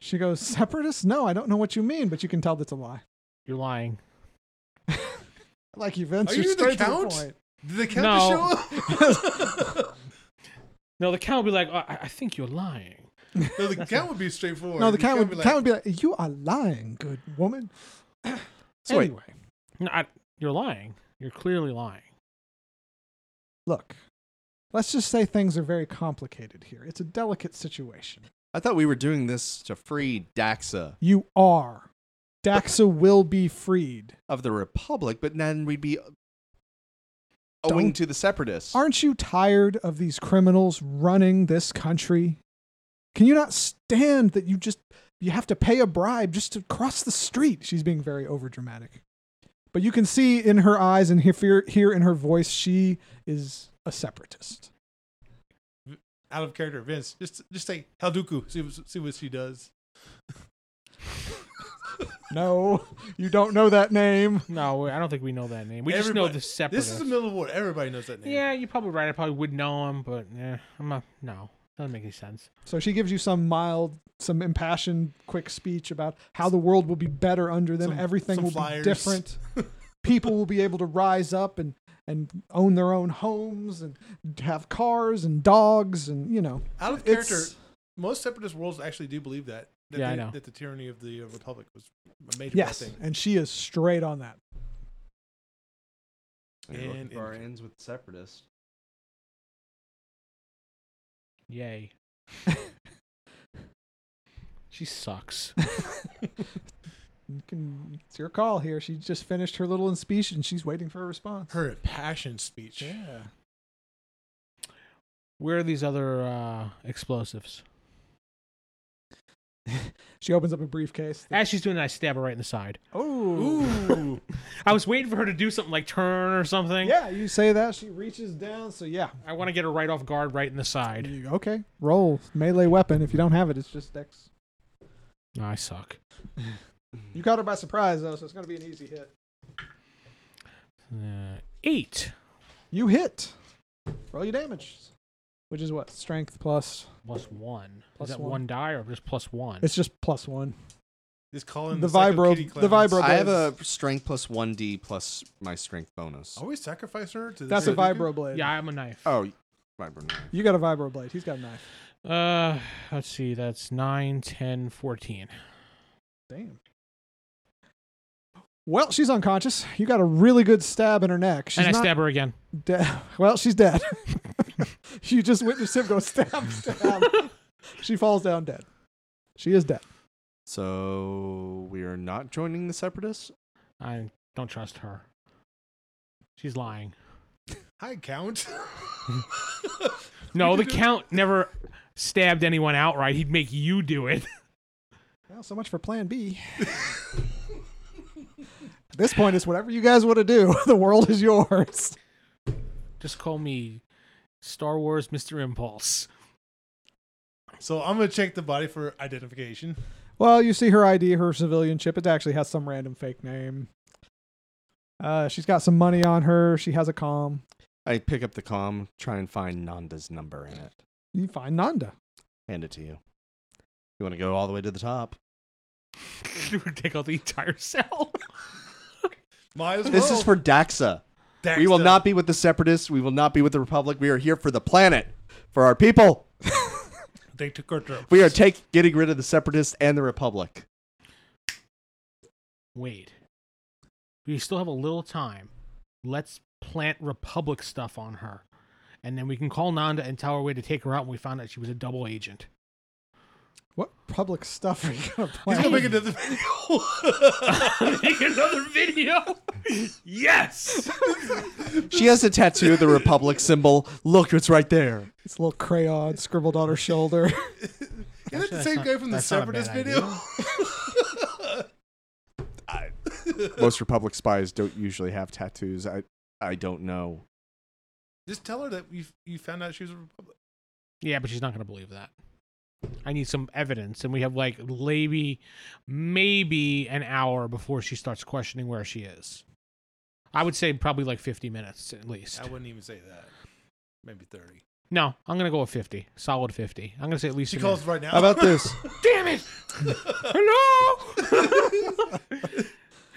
Speaker 1: She goes, separatists? No, I don't know what you mean, but you can tell that's a lie.
Speaker 2: You're lying.
Speaker 1: Like events
Speaker 4: Are
Speaker 1: are
Speaker 4: you the
Speaker 1: straight to the
Speaker 4: count?
Speaker 1: point.
Speaker 4: Did the count
Speaker 2: No.
Speaker 4: just show up?
Speaker 2: No, the count would be like, "Oh, I, I think you're lying.
Speaker 4: No, the count would be straightforward.
Speaker 1: No, the count
Speaker 4: count
Speaker 1: would,
Speaker 4: be like,
Speaker 1: count would be like, "You are lying, good woman."
Speaker 3: So wait,
Speaker 1: anyway,
Speaker 2: No, I, you're lying. You're clearly lying.
Speaker 1: look, let's just say things are very complicated here. It's a delicate situation.
Speaker 3: I thought we were doing this to free Daxa
Speaker 1: You are. Daxa will be freed.
Speaker 3: of the Republic, but then we'd be owing
Speaker 1: Don't-
Speaker 3: to the Separatists.
Speaker 1: Aren't you tired of these criminals running this country? Can you not stand that you just you have to pay a bribe just to cross the street? She's being very overdramatic. But you can see in her eyes and hear, hear in her voice she is a separatist.
Speaker 4: out of character Vince. Just just say Halduku. See what- see what she does.
Speaker 1: No, you don't know that name.
Speaker 2: No, I don't think we know that name. We just know
Speaker 4: Everybody-
Speaker 2: the separatists.
Speaker 4: This is the middle of war. Everybody knows that name.
Speaker 2: yeah, you're probably right. I probably would know him, but eh, I'm not. No, doesn't make any sense.
Speaker 1: So she gives you some mild, some impassioned, quick speech about how the world will be better under them.
Speaker 4: Some-
Speaker 1: Everything
Speaker 4: some
Speaker 1: will
Speaker 4: flyers.
Speaker 1: be different. People will be able to rise up and and own their own homes and have cars and dogs and you know.
Speaker 4: Out of
Speaker 1: It's-
Speaker 4: character. Most separatist worlds actually do believe that. that
Speaker 2: Yeah, I
Speaker 4: the,
Speaker 2: know.
Speaker 4: That the tyranny of the uh, republic was a major bad
Speaker 1: Yes,
Speaker 4: thing.
Speaker 1: and she is straight on that.
Speaker 3: And we're looking
Speaker 4: And-
Speaker 3: for our ends with Separatists.
Speaker 2: Yay. she sucks.
Speaker 1: You can, it's your call here. She just finished her little speech and she's waiting for a response.
Speaker 4: Her impassioned speech.
Speaker 1: Yeah.
Speaker 2: Where are these other uh, explosives?
Speaker 1: She opens up a briefcase.
Speaker 2: As she's doing that, I stab her right in the side.
Speaker 1: Oh.
Speaker 4: Ooh.
Speaker 2: I was waiting for her to do something like turn or something.
Speaker 1: Yeah, you say that. She reaches down. So yeah.
Speaker 2: I want to get her right off guard, right in the side.
Speaker 1: You- okay. Roll melee weapon. If you don't have it, it's just dex.
Speaker 2: No, I suck.
Speaker 1: You caught her by surprise though, so it's gonna be an easy hit.
Speaker 2: Uh, eight
Speaker 1: You hit. Roll your damage. Which is what? Strength plus
Speaker 2: plus one.
Speaker 1: Plus
Speaker 2: Is that
Speaker 1: one.
Speaker 2: one. die or just plus one?
Speaker 1: it's just plus one.
Speaker 4: Just calling
Speaker 1: The
Speaker 4: the,
Speaker 1: vibro-
Speaker 4: psycho kitty
Speaker 1: the
Speaker 4: clowns.
Speaker 1: vibro-
Speaker 3: I have a
Speaker 1: does-
Speaker 3: strength plus 1d plus my strength bonus.
Speaker 4: Are we sacrificing her to?
Speaker 1: That's
Speaker 4: the
Speaker 1: a vibro blade.
Speaker 2: yeah, I'm a knife.
Speaker 3: Oh, vibro.
Speaker 1: You got a vibro blade. He's got a knife.
Speaker 2: Uh, let's see. That's 9, 10, 14.
Speaker 1: Damn. Well, she's unconscious. You got a really good stab in her neck. She's
Speaker 2: and I
Speaker 1: not
Speaker 2: stab her again.
Speaker 1: dead. Well, she's dead. you just witnessed him go stab, stab. she falls down dead. She is dead.
Speaker 3: So we are not joining the Separatists?
Speaker 2: I don't trust her. She's lying.
Speaker 4: Hi, Count.
Speaker 2: No, the count never stabbed anyone outright. He'd make you do it.
Speaker 1: Well, so much for Plan B. At this point, it's whatever you guys want to do. The world is yours.
Speaker 2: Just call me Star Wars Mr. Impulse.
Speaker 4: so I'm gonna check the body for identification.
Speaker 1: Well, you see her ID, her civilian chip. It actually has some random fake name. Uh, she's got some money on her. She has a com.
Speaker 3: I pick up the comm, try and find Nanda's number in it.
Speaker 1: You find Nanda.
Speaker 3: Hand it to you. You want to go all the way to the top?
Speaker 2: Take out the entire cell.
Speaker 4: Might as well.
Speaker 3: This is for Daxa. We will
Speaker 4: Daxter.
Speaker 3: not be with the Separatists. We will not be with the Republic. We are here for the planet, for our people.
Speaker 4: They took her throat.
Speaker 3: We are take, getting rid of the Separatists and the Republic.
Speaker 2: Wait. We still have a little time. Let's plant Republic stuff on her. And then we can call Nanda and tell her way to take her out when we found out she was a double agent.
Speaker 1: What public stuff are you gonna
Speaker 4: He's gonna
Speaker 1: play?
Speaker 4: make another video.
Speaker 2: Make another video. yes.
Speaker 3: She has a tattoo of the Republic symbol. Look, it's right there.
Speaker 1: It's a little crayon scribbled on her shoulder.
Speaker 4: Isn't it the
Speaker 2: that's
Speaker 4: same
Speaker 2: not-
Speaker 4: guy from the
Speaker 2: that's not a
Speaker 4: Separatist
Speaker 2: bad
Speaker 4: video?
Speaker 3: Most Republic spies don't usually have tattoos. I, I don't know.
Speaker 4: Just tell her that you you found out she was a Republican.
Speaker 2: Yeah, but she's not going to believe that. I need some evidence, and we have like maybe, maybe an hour before she starts questioning where she is. I would say probably like fifty minutes at least.
Speaker 4: I wouldn't even say that. Maybe thirty.
Speaker 2: No, I'm going to go with fifty, solid fifty. I'm going to say at least.
Speaker 4: She
Speaker 2: an
Speaker 4: calls
Speaker 2: hour.
Speaker 4: right now.
Speaker 3: How about this?
Speaker 2: Damn it! Hello,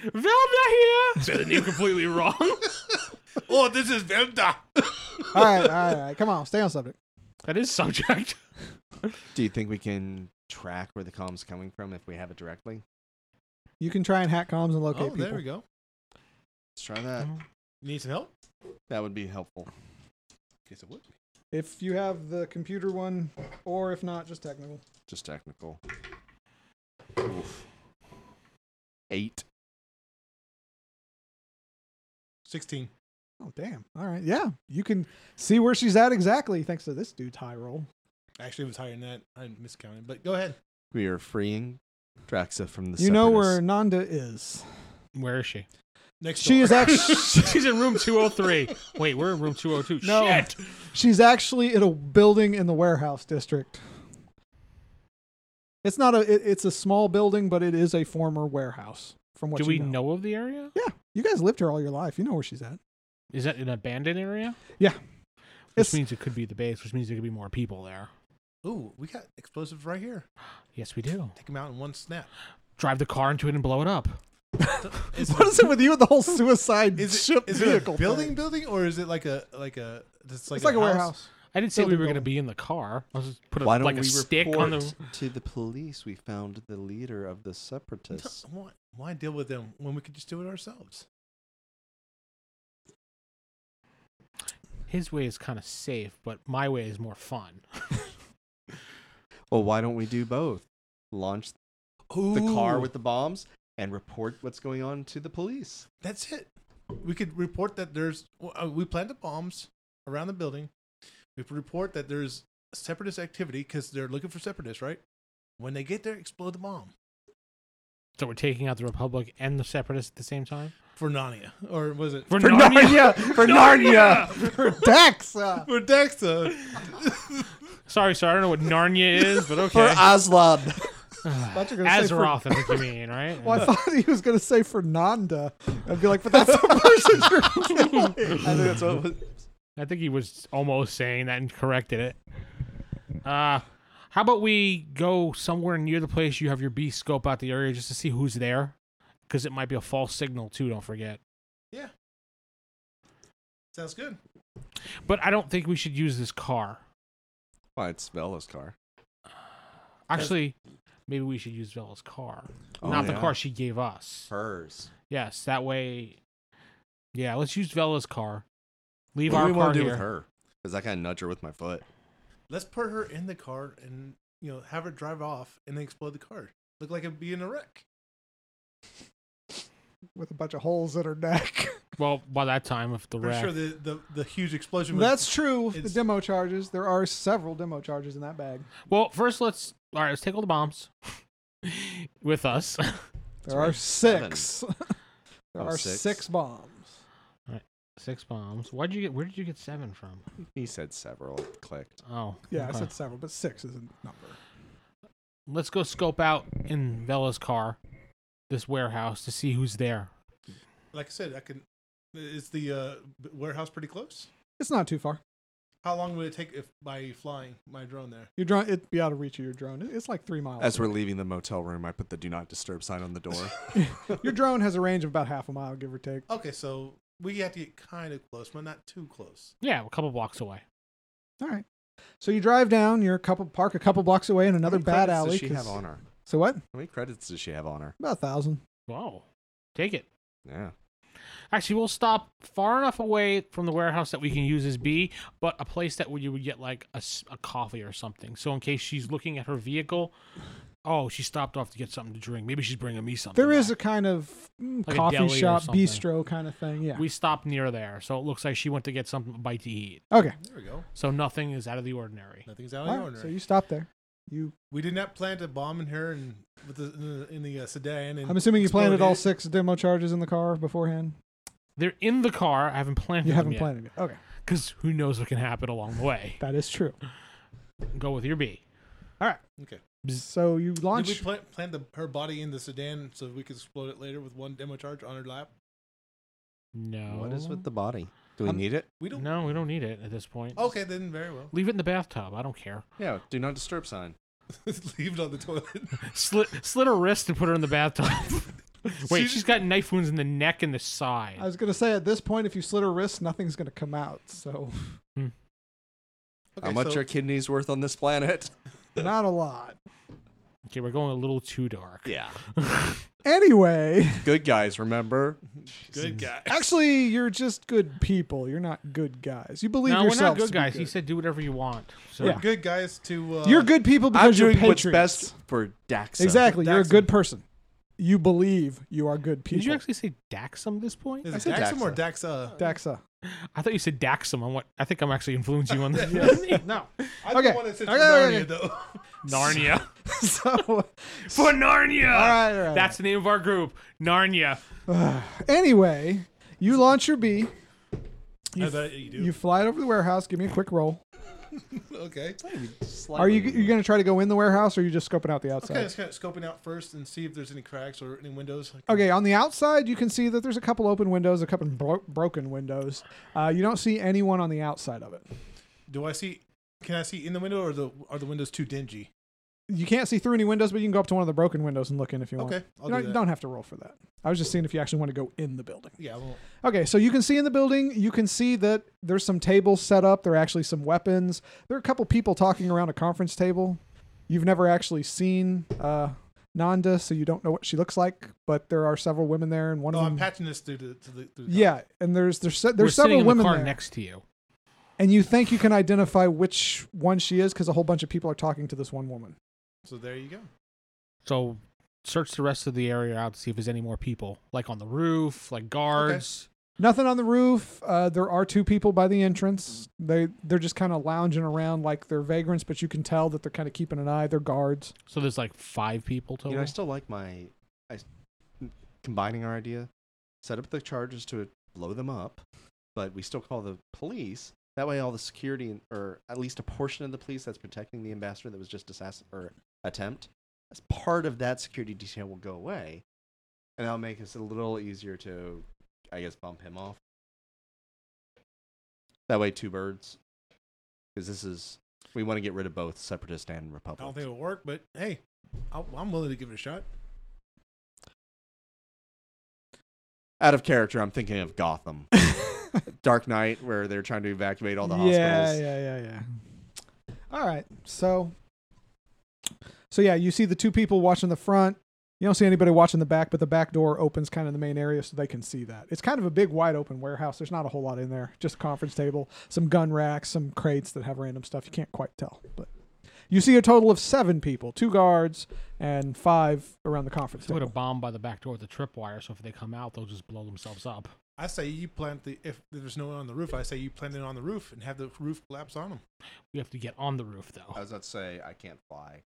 Speaker 2: Velda here. Said the name completely wrong.
Speaker 4: oh, this is Velda.
Speaker 1: all right, all right, all right. Come on, stay on subject.
Speaker 2: That is subject.
Speaker 3: Do you think we can track where the comm's coming from if we have it directly?
Speaker 1: You can try and hack comms and locate
Speaker 4: oh,
Speaker 1: people.
Speaker 4: there we go.
Speaker 3: Let's try that.
Speaker 4: Need some help?
Speaker 3: That would be helpful.
Speaker 4: Yes, it would.
Speaker 1: If you have the computer one, or if not, just technical.
Speaker 3: Just technical. Oof. Eight.
Speaker 4: Sixteen.
Speaker 1: Oh damn! All right, yeah, you can see where she's at exactly thanks to this dude's high roll.
Speaker 4: Actually, it was higher than that. I miscounted. But go ahead.
Speaker 3: We are freeing Draxa from the
Speaker 1: you know where
Speaker 3: Separatists.
Speaker 1: Nanda is.
Speaker 2: Where is she?
Speaker 4: Next.
Speaker 1: She is
Speaker 4: door.
Speaker 1: actually
Speaker 2: She's in room 203. Wait, we're in room 202.
Speaker 1: No.
Speaker 2: Shit.
Speaker 1: she's actually in a building in the warehouse district. It's not a. It, it's a small building, but it is a former warehouse. From what
Speaker 2: Do
Speaker 1: you
Speaker 2: we
Speaker 1: know.
Speaker 2: know of the area?
Speaker 1: Yeah, you guys lived here all your life. You know where she's at.
Speaker 2: Is that an abandoned area?
Speaker 1: Yeah.
Speaker 2: Which
Speaker 1: It's-
Speaker 2: means it could be the base, which means there could be more people there.
Speaker 4: Ooh, we got explosives right here.
Speaker 2: Yes, we do.
Speaker 4: Take them out in one snap.
Speaker 2: Drive the car into it and blow it up.
Speaker 4: Is
Speaker 1: What is it with you and the whole suicide
Speaker 4: Is it,
Speaker 1: ship
Speaker 4: is it
Speaker 1: vehicle
Speaker 4: a building
Speaker 1: thing?
Speaker 4: building or is it like a like a it's like
Speaker 1: It's like a warehouse.
Speaker 2: I didn't say we
Speaker 1: Building
Speaker 2: were going to
Speaker 1: going.
Speaker 2: be in the car. I was just put a,
Speaker 3: Why don't
Speaker 2: like a
Speaker 3: we
Speaker 2: stick
Speaker 3: report
Speaker 2: on the.
Speaker 3: to the police? We found the leader of the separatists.
Speaker 4: Why, why deal with them when we could just do it ourselves?
Speaker 2: His way is kind of safe, but my way is more fun.
Speaker 3: Well, why don't we do both? Launch the car with the bombs and report what's going on to the police.
Speaker 4: That's it. We could report that there's well, uh, we planted bombs around the building. We could report that there's separatist activity because they're looking for separatists, right? When they get there, explode the bomb
Speaker 2: So we're taking out the Republic and the Separatists at the same time?
Speaker 4: for Narnia, or was it
Speaker 2: For,
Speaker 1: for Narnia, for Daxa,
Speaker 4: for Dexa?
Speaker 2: Sorry, sir. I don't know what Narnia is, but okay.
Speaker 3: Aslab. uh,
Speaker 1: thought you were gonna say for-
Speaker 2: Azeroth, I think you mean, right?
Speaker 1: Well, I thought he was going to say Fernanda. I'd be like, but that's the person you're killing.
Speaker 3: I think that's what it was.
Speaker 2: I think he was almost saying that and corrected it. Uh, how about we go somewhere near the place you have your beast scope out the area just to see who's there? Because it might be a false signal, too, don't forget.
Speaker 4: Sounds good.
Speaker 2: But I don't think we should use this car.
Speaker 3: Why it's Vela's car.
Speaker 2: Actually, maybe we should use Vela's car.
Speaker 3: Oh,
Speaker 2: Not the
Speaker 3: yeah.
Speaker 2: car she gave us.
Speaker 3: Hers.
Speaker 2: Yes, that way. Yeah, let's use Vela's car. Leave
Speaker 3: what
Speaker 2: our
Speaker 3: do we
Speaker 2: car
Speaker 3: want to do
Speaker 2: here.
Speaker 3: with her? Because I kind of nudge her with my foot.
Speaker 4: Let's put her in the car and you know have her drive off and then explode the car. Look like it'd be in a wreck.
Speaker 1: with a bunch of holes in her neck.
Speaker 2: Well, by that time, if the
Speaker 4: I'm
Speaker 2: wreck.
Speaker 4: sure the, the the huge explosion. was-
Speaker 1: That's true. The
Speaker 4: It's-
Speaker 1: demo charges. There are several demo charges in that bag.
Speaker 2: Well, first let's. All right, let's take all the bombs with us.
Speaker 1: There are
Speaker 3: right,
Speaker 1: six. there
Speaker 3: Oh,
Speaker 1: are
Speaker 3: six.
Speaker 1: six. bombs.
Speaker 2: Six bombs. Why'd you get? Where did you get seven from?
Speaker 3: He said several. Clicked.
Speaker 2: Oh,
Speaker 1: Yeah, I
Speaker 2: okay.
Speaker 1: said several, but six is a number.
Speaker 2: Let's go scope out in Vela's car, this warehouse, to see who's there.
Speaker 4: like I said. I can. Is the uh, b- warehouse pretty close?
Speaker 1: It's not too far.
Speaker 4: How long would it take if by flying my drone there?
Speaker 1: Your drone, it'd be out of reach of your drone. It- It's like three miles.
Speaker 3: As we're leaving the motel room, I put the do not disturb sign on the door.
Speaker 1: your drone has a range of about half a mile, give or take.
Speaker 4: Okay, so we have to get kind of close, but not too close.
Speaker 2: Yeah, a couple blocks away.
Speaker 1: All right. So you drive down. You're a couple park a couple blocks away in
Speaker 3: How
Speaker 1: another
Speaker 3: many
Speaker 1: bad
Speaker 3: credits
Speaker 1: alley.
Speaker 3: Does she
Speaker 1: 'cause-
Speaker 3: have on her?
Speaker 1: So what?
Speaker 3: How many credits does she have on her?
Speaker 1: About a thousand.
Speaker 2: Whoa, take it.
Speaker 3: Yeah.
Speaker 2: Actually, we'll stop far enough away from the warehouse that we can use as B, but a place that where you would get like a, s- a coffee or something. So in case she's looking at her vehicle, oh, she stopped off to get something to drink. Maybe she's bringing me something.
Speaker 1: There is
Speaker 2: back.
Speaker 1: a kind of mm,
Speaker 2: Like a
Speaker 1: coffee
Speaker 2: deli or
Speaker 1: shop
Speaker 2: something.
Speaker 1: bistro kind of thing. Yeah.
Speaker 2: We stopped near there, so it looks like she went to get something a bite to eat.
Speaker 1: okay.
Speaker 4: There we go.
Speaker 2: So nothing is out of the ordinary.
Speaker 4: Nothing's out
Speaker 1: All
Speaker 4: of the
Speaker 1: right.
Speaker 4: ordinary.
Speaker 1: So you stop there. You.
Speaker 4: we did not plan to bomb in here and with the in the, in the uh, sedan. And
Speaker 1: I'm assuming you planted
Speaker 4: explode
Speaker 1: all
Speaker 4: it.
Speaker 1: six demo charges in the car beforehand.
Speaker 2: They're in the car. I haven't planned.
Speaker 1: You haven't planted it. Okay.
Speaker 2: because who knows what can happen along the way.
Speaker 1: That is true.
Speaker 2: Go with your B.
Speaker 4: Okay.
Speaker 1: So you
Speaker 4: Did we
Speaker 1: launch.
Speaker 4: plant, plant the, her body in the sedan so we could explode it later with one demo charge on her lap?
Speaker 2: No.
Speaker 3: What is with the body? Do we
Speaker 1: Um,
Speaker 3: need it?
Speaker 4: We don't.
Speaker 2: No, we don't need it at this point.
Speaker 4: Okay, then very well.
Speaker 2: Leave it in the bathtub. I don't care.
Speaker 3: Yeah. Do not disturb sign.
Speaker 4: Leave it on the toilet.
Speaker 2: Slit, slit her wrist and put her in the bathtub. Wait,
Speaker 4: She's-
Speaker 2: she's got knife wounds in the neck and the side.
Speaker 1: I was gonna say at this point, if you slit her wrist, nothing's gonna come out. So
Speaker 3: How much
Speaker 4: so-
Speaker 3: are kidneys worth on this planet?
Speaker 1: Not a lot.
Speaker 2: Okay, we're going a little too dark.
Speaker 3: Yeah.
Speaker 1: Anyway,
Speaker 3: Good guys, remember?
Speaker 4: good guy?
Speaker 1: actually, you're just good people. You're not good guys. You believe
Speaker 2: No, we're not
Speaker 1: yourselves.
Speaker 2: good
Speaker 1: to be
Speaker 2: guys. He said, "Do whatever you want." So
Speaker 1: Yeah.
Speaker 4: good guys to uh,
Speaker 1: you're good people because
Speaker 3: I'm doing
Speaker 1: you're
Speaker 3: what's
Speaker 1: patriots.
Speaker 3: best for Daxa.
Speaker 1: Exactly. You're a
Speaker 4: Daxam.
Speaker 1: good person. You believe you are good people.
Speaker 2: did you actually say Daxum this point?
Speaker 4: Is
Speaker 3: I
Speaker 4: it
Speaker 3: said
Speaker 4: Daxum or Daxa?
Speaker 1: Daxa.
Speaker 2: I thought you said Daxum. I'm what? I think I'm actually influencing you on this.
Speaker 1: No.
Speaker 4: I'm
Speaker 1: Okay.
Speaker 4: the one that sits
Speaker 1: Okay,
Speaker 4: in
Speaker 1: okay,
Speaker 4: Narnia, though.
Speaker 2: Narnia
Speaker 1: so, all
Speaker 2: for Narnia.
Speaker 1: right, all right.
Speaker 2: That's the name of our group, Narnia.
Speaker 1: anyway, you launch your bee.
Speaker 4: I bet you do.
Speaker 1: You fly it over to the warehouse. Give me a quick roll.
Speaker 4: okay.
Speaker 1: Are you you going to try to go in the warehouse, or are you just scoping out the outside?
Speaker 4: Okay, let's kind of scoping out first and see if there's any cracks or any windows. I can-
Speaker 1: Okay, on the outside, you can see that there's a couple open windows, a couple bro- broken windows. Uh, you don't see anyone on the outside of it.
Speaker 4: Do I see? Can I see in the window or the are the windows too dingy?
Speaker 1: You can't see through any windows, but you can go up to one of the broken windows and look in if you want.
Speaker 4: Okay, I'll
Speaker 1: you don't,
Speaker 4: do that.
Speaker 1: don't have to roll for that. I was just seeing if you actually want to go in the building.
Speaker 4: Yeah, I won't.
Speaker 1: Okay, so you can see in the building, you can see that there's some tables set up. There are actually some weapons. There are a couple people talking around a conference table. You've never actually seen uh, Nanda, so you don't know what she looks like, but there are several women there, and one
Speaker 4: No,
Speaker 1: of
Speaker 4: Oh, I'm
Speaker 1: them.
Speaker 4: patching this through the. To the through the
Speaker 1: yeah, and there's there's se-
Speaker 2: We're
Speaker 1: there's several
Speaker 2: sitting in
Speaker 1: women
Speaker 2: the car
Speaker 1: there.
Speaker 2: next to you.
Speaker 1: and you think you can identify which one she is because a whole bunch of people are talking to this one woman.
Speaker 4: So there you go.
Speaker 2: So search the rest of the area out to see if there's any more people, like on the roof, like guards.
Speaker 1: Nothing on the roof. Uh, there are two people by the entrance. They they're just kind of lounging around like they're vagrants, but you can tell that they're kind of keeping an eye. They're guards.
Speaker 2: So there's like five people total.
Speaker 3: You know, I still like my I s- combining our idea. Set up the charges to blow them up, but we still call the police. That way, all the security, and- or at least a portion of the police that's protecting the ambassador that was just assassin or attempt, as part of that security detail will go away, and that'll make us a little easier to, I guess, bump him off. That way, two birds, because this is we want to get rid of both separatist and
Speaker 4: I don't
Speaker 3: republic.
Speaker 4: think it'll work, but hey, i I'm willing to give it a shot.
Speaker 3: out of character, I'm thinking of Gotham, Dark Knight, where they're trying to evacuate all the
Speaker 1: yeah,
Speaker 3: hospitals.
Speaker 1: yeah, yeah, yeah. All right, so so yeah, you see the two people watching the front. You don't see anybody watching the back, but the back door opens kind of the main area so they can see that. It's kind of a big, wide open warehouse. There's not a whole lot in there. Just a conference table, some gun racks, some crates that have random stuff. You can't quite tell, but you see a total of seven people: two guards and five around the conference
Speaker 2: Put a
Speaker 1: table.
Speaker 2: bomb by the back door with a tripwire, so if they come out, they'll just blow themselves up.
Speaker 4: I say you plant the if there's no one on the roof. I say you plant it on the roof and have the roof collapse on them.
Speaker 2: We have to get on the roof
Speaker 3: I
Speaker 4: Uh,
Speaker 2: though.
Speaker 3: was about to say I can't fly.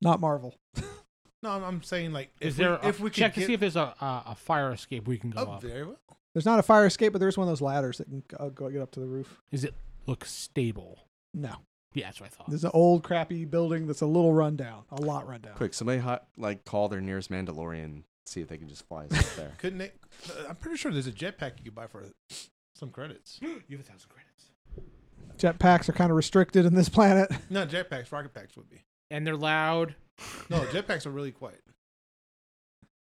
Speaker 1: Not Marvel.
Speaker 4: No, I'm, I'm saying like if
Speaker 2: Is there?
Speaker 4: we, if we could
Speaker 2: check to
Speaker 4: get
Speaker 2: see if there's a a, a fire escape we can go
Speaker 4: oh,
Speaker 2: up.
Speaker 4: very well.
Speaker 1: There's not a fire escape, but there's one of those ladders that can uh, go get up to the roof.
Speaker 2: Is it look stable?
Speaker 1: No.
Speaker 2: Yeah, that's what I thought.
Speaker 1: There's an old crappy building that's a little rundown, a lot rundown.
Speaker 3: Quick, somebody hot, like call their nearest Mandalorian, see if they can just fly us up there.
Speaker 4: Couldn't it? Uh, I'm pretty sure there's a jetpack you could buy for some credits.
Speaker 2: you have a thousand credits.
Speaker 1: Jetpacks are kind of restricted in this planet.
Speaker 4: No jetpacks, rocket packs would be.
Speaker 2: And they're loud.
Speaker 4: No, jetpacks are really quiet.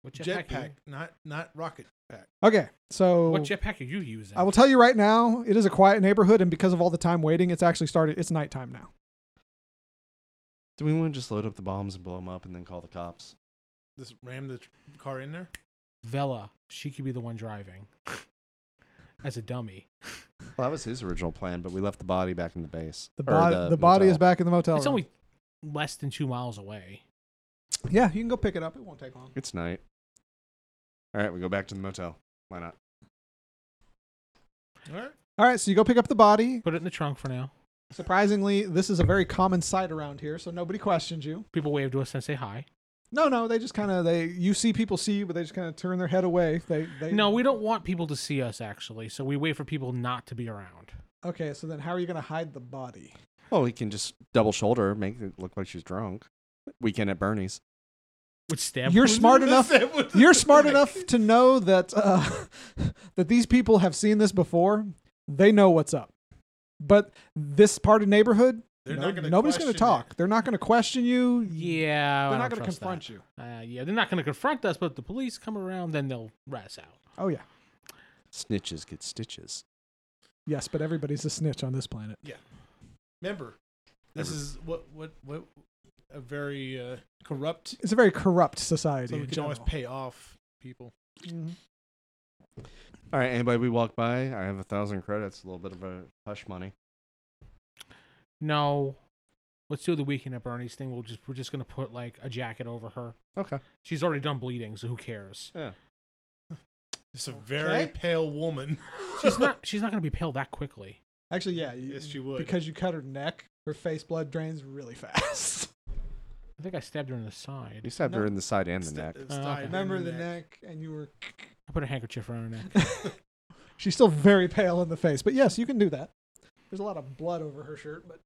Speaker 2: What jetpack?
Speaker 4: Jetpack,
Speaker 2: you-
Speaker 4: not not rocket pack.
Speaker 1: Okay, so
Speaker 2: What jetpack are you using?
Speaker 1: I will tell you right now, it is a quiet neighborhood, and because of all the time waiting, it's actually started. It's nighttime now.
Speaker 3: Do we want to just load up the bombs and blow them up and then call the cops?
Speaker 4: Just ram the tr- car in there.
Speaker 2: Vela. She could be the one driving. As a dummy.
Speaker 3: Well, that was his original plan, but we left the body back in the base.
Speaker 1: The
Speaker 3: or
Speaker 1: body, the, body is
Speaker 3: motel.
Speaker 1: back in the motel.
Speaker 2: it's
Speaker 1: room.
Speaker 2: only less than two miles away.
Speaker 1: yeah, you can go pick it up. It won't take long.
Speaker 3: It's night. All right, we go back to the motel. Why not?
Speaker 4: All right.
Speaker 1: All right, so you go pick up the body.
Speaker 2: Put it in the trunk for now.
Speaker 1: Surprisingly, this is a very common sight around here, so nobody questions you.
Speaker 2: People wave to us and say hi.
Speaker 1: No, no, they just kind of they. You see people see you, but they just kind of turn their head away. They, they
Speaker 2: No, we don't want people to see us actually, so we wait for people not to be around.
Speaker 1: Okay, so then how are you going to hide the body?
Speaker 3: Well, we can just double shoulder, make it look like she's drunk. Weekend at Bernie's.
Speaker 2: Would stab
Speaker 1: You're
Speaker 2: her.
Speaker 1: smart enough.
Speaker 4: That was-
Speaker 1: You're smart enough to know that uh, that these people have seen this before. They know what's up. But this part of neighborhood,
Speaker 4: They're
Speaker 1: no-
Speaker 4: not gonna
Speaker 1: nobody's going to
Speaker 4: question
Speaker 1: talk.
Speaker 4: it.
Speaker 1: They're not going to question you.
Speaker 2: Yeah,
Speaker 1: They're
Speaker 2: I
Speaker 1: not
Speaker 2: don't
Speaker 1: going to
Speaker 2: trust
Speaker 1: confront you.
Speaker 2: that. Uh, yeah, they're not going to confront us, but if the police come around, then they'll rat us out.
Speaker 1: Oh yeah.
Speaker 3: Snitches get stitches.
Speaker 1: Yes, but everybody's a snitch on this planet.
Speaker 4: Remember, this
Speaker 3: Every-
Speaker 4: is what what what a very uh, corrupt.
Speaker 1: It's a very corrupt society.
Speaker 4: So we
Speaker 1: in
Speaker 4: can always
Speaker 1: general.
Speaker 4: pay off people.
Speaker 1: Mhm.
Speaker 3: All right, anybody we walk by, I have a thousand credits, a little bit of a hush money.
Speaker 2: No. Let's do the weekend at Bernie's thing. We'll just we're just gonna put like a jacket over her.
Speaker 3: Okay.
Speaker 2: She's already done bleeding, so who cares?
Speaker 4: It's a very
Speaker 3: Okay.
Speaker 4: pale woman.
Speaker 2: She's not she's not gonna be pale that quickly.
Speaker 1: Actually, yeah. you-
Speaker 4: Yes, she would.
Speaker 1: Because you cut her neck, her face blood drains really fast.
Speaker 2: I think I stabbed her in the
Speaker 3: You
Speaker 2: side.
Speaker 3: stabbed
Speaker 1: No.
Speaker 3: her in the side and the
Speaker 4: Sta-
Speaker 3: neck.
Speaker 4: it's
Speaker 2: Oh, okay.
Speaker 4: tied in
Speaker 1: Remember the neck, and you were.
Speaker 2: I put a handkerchief around her neck.
Speaker 1: She's still very pale in the face, but yes, you can do that. There's a lot of blood over her shirt, but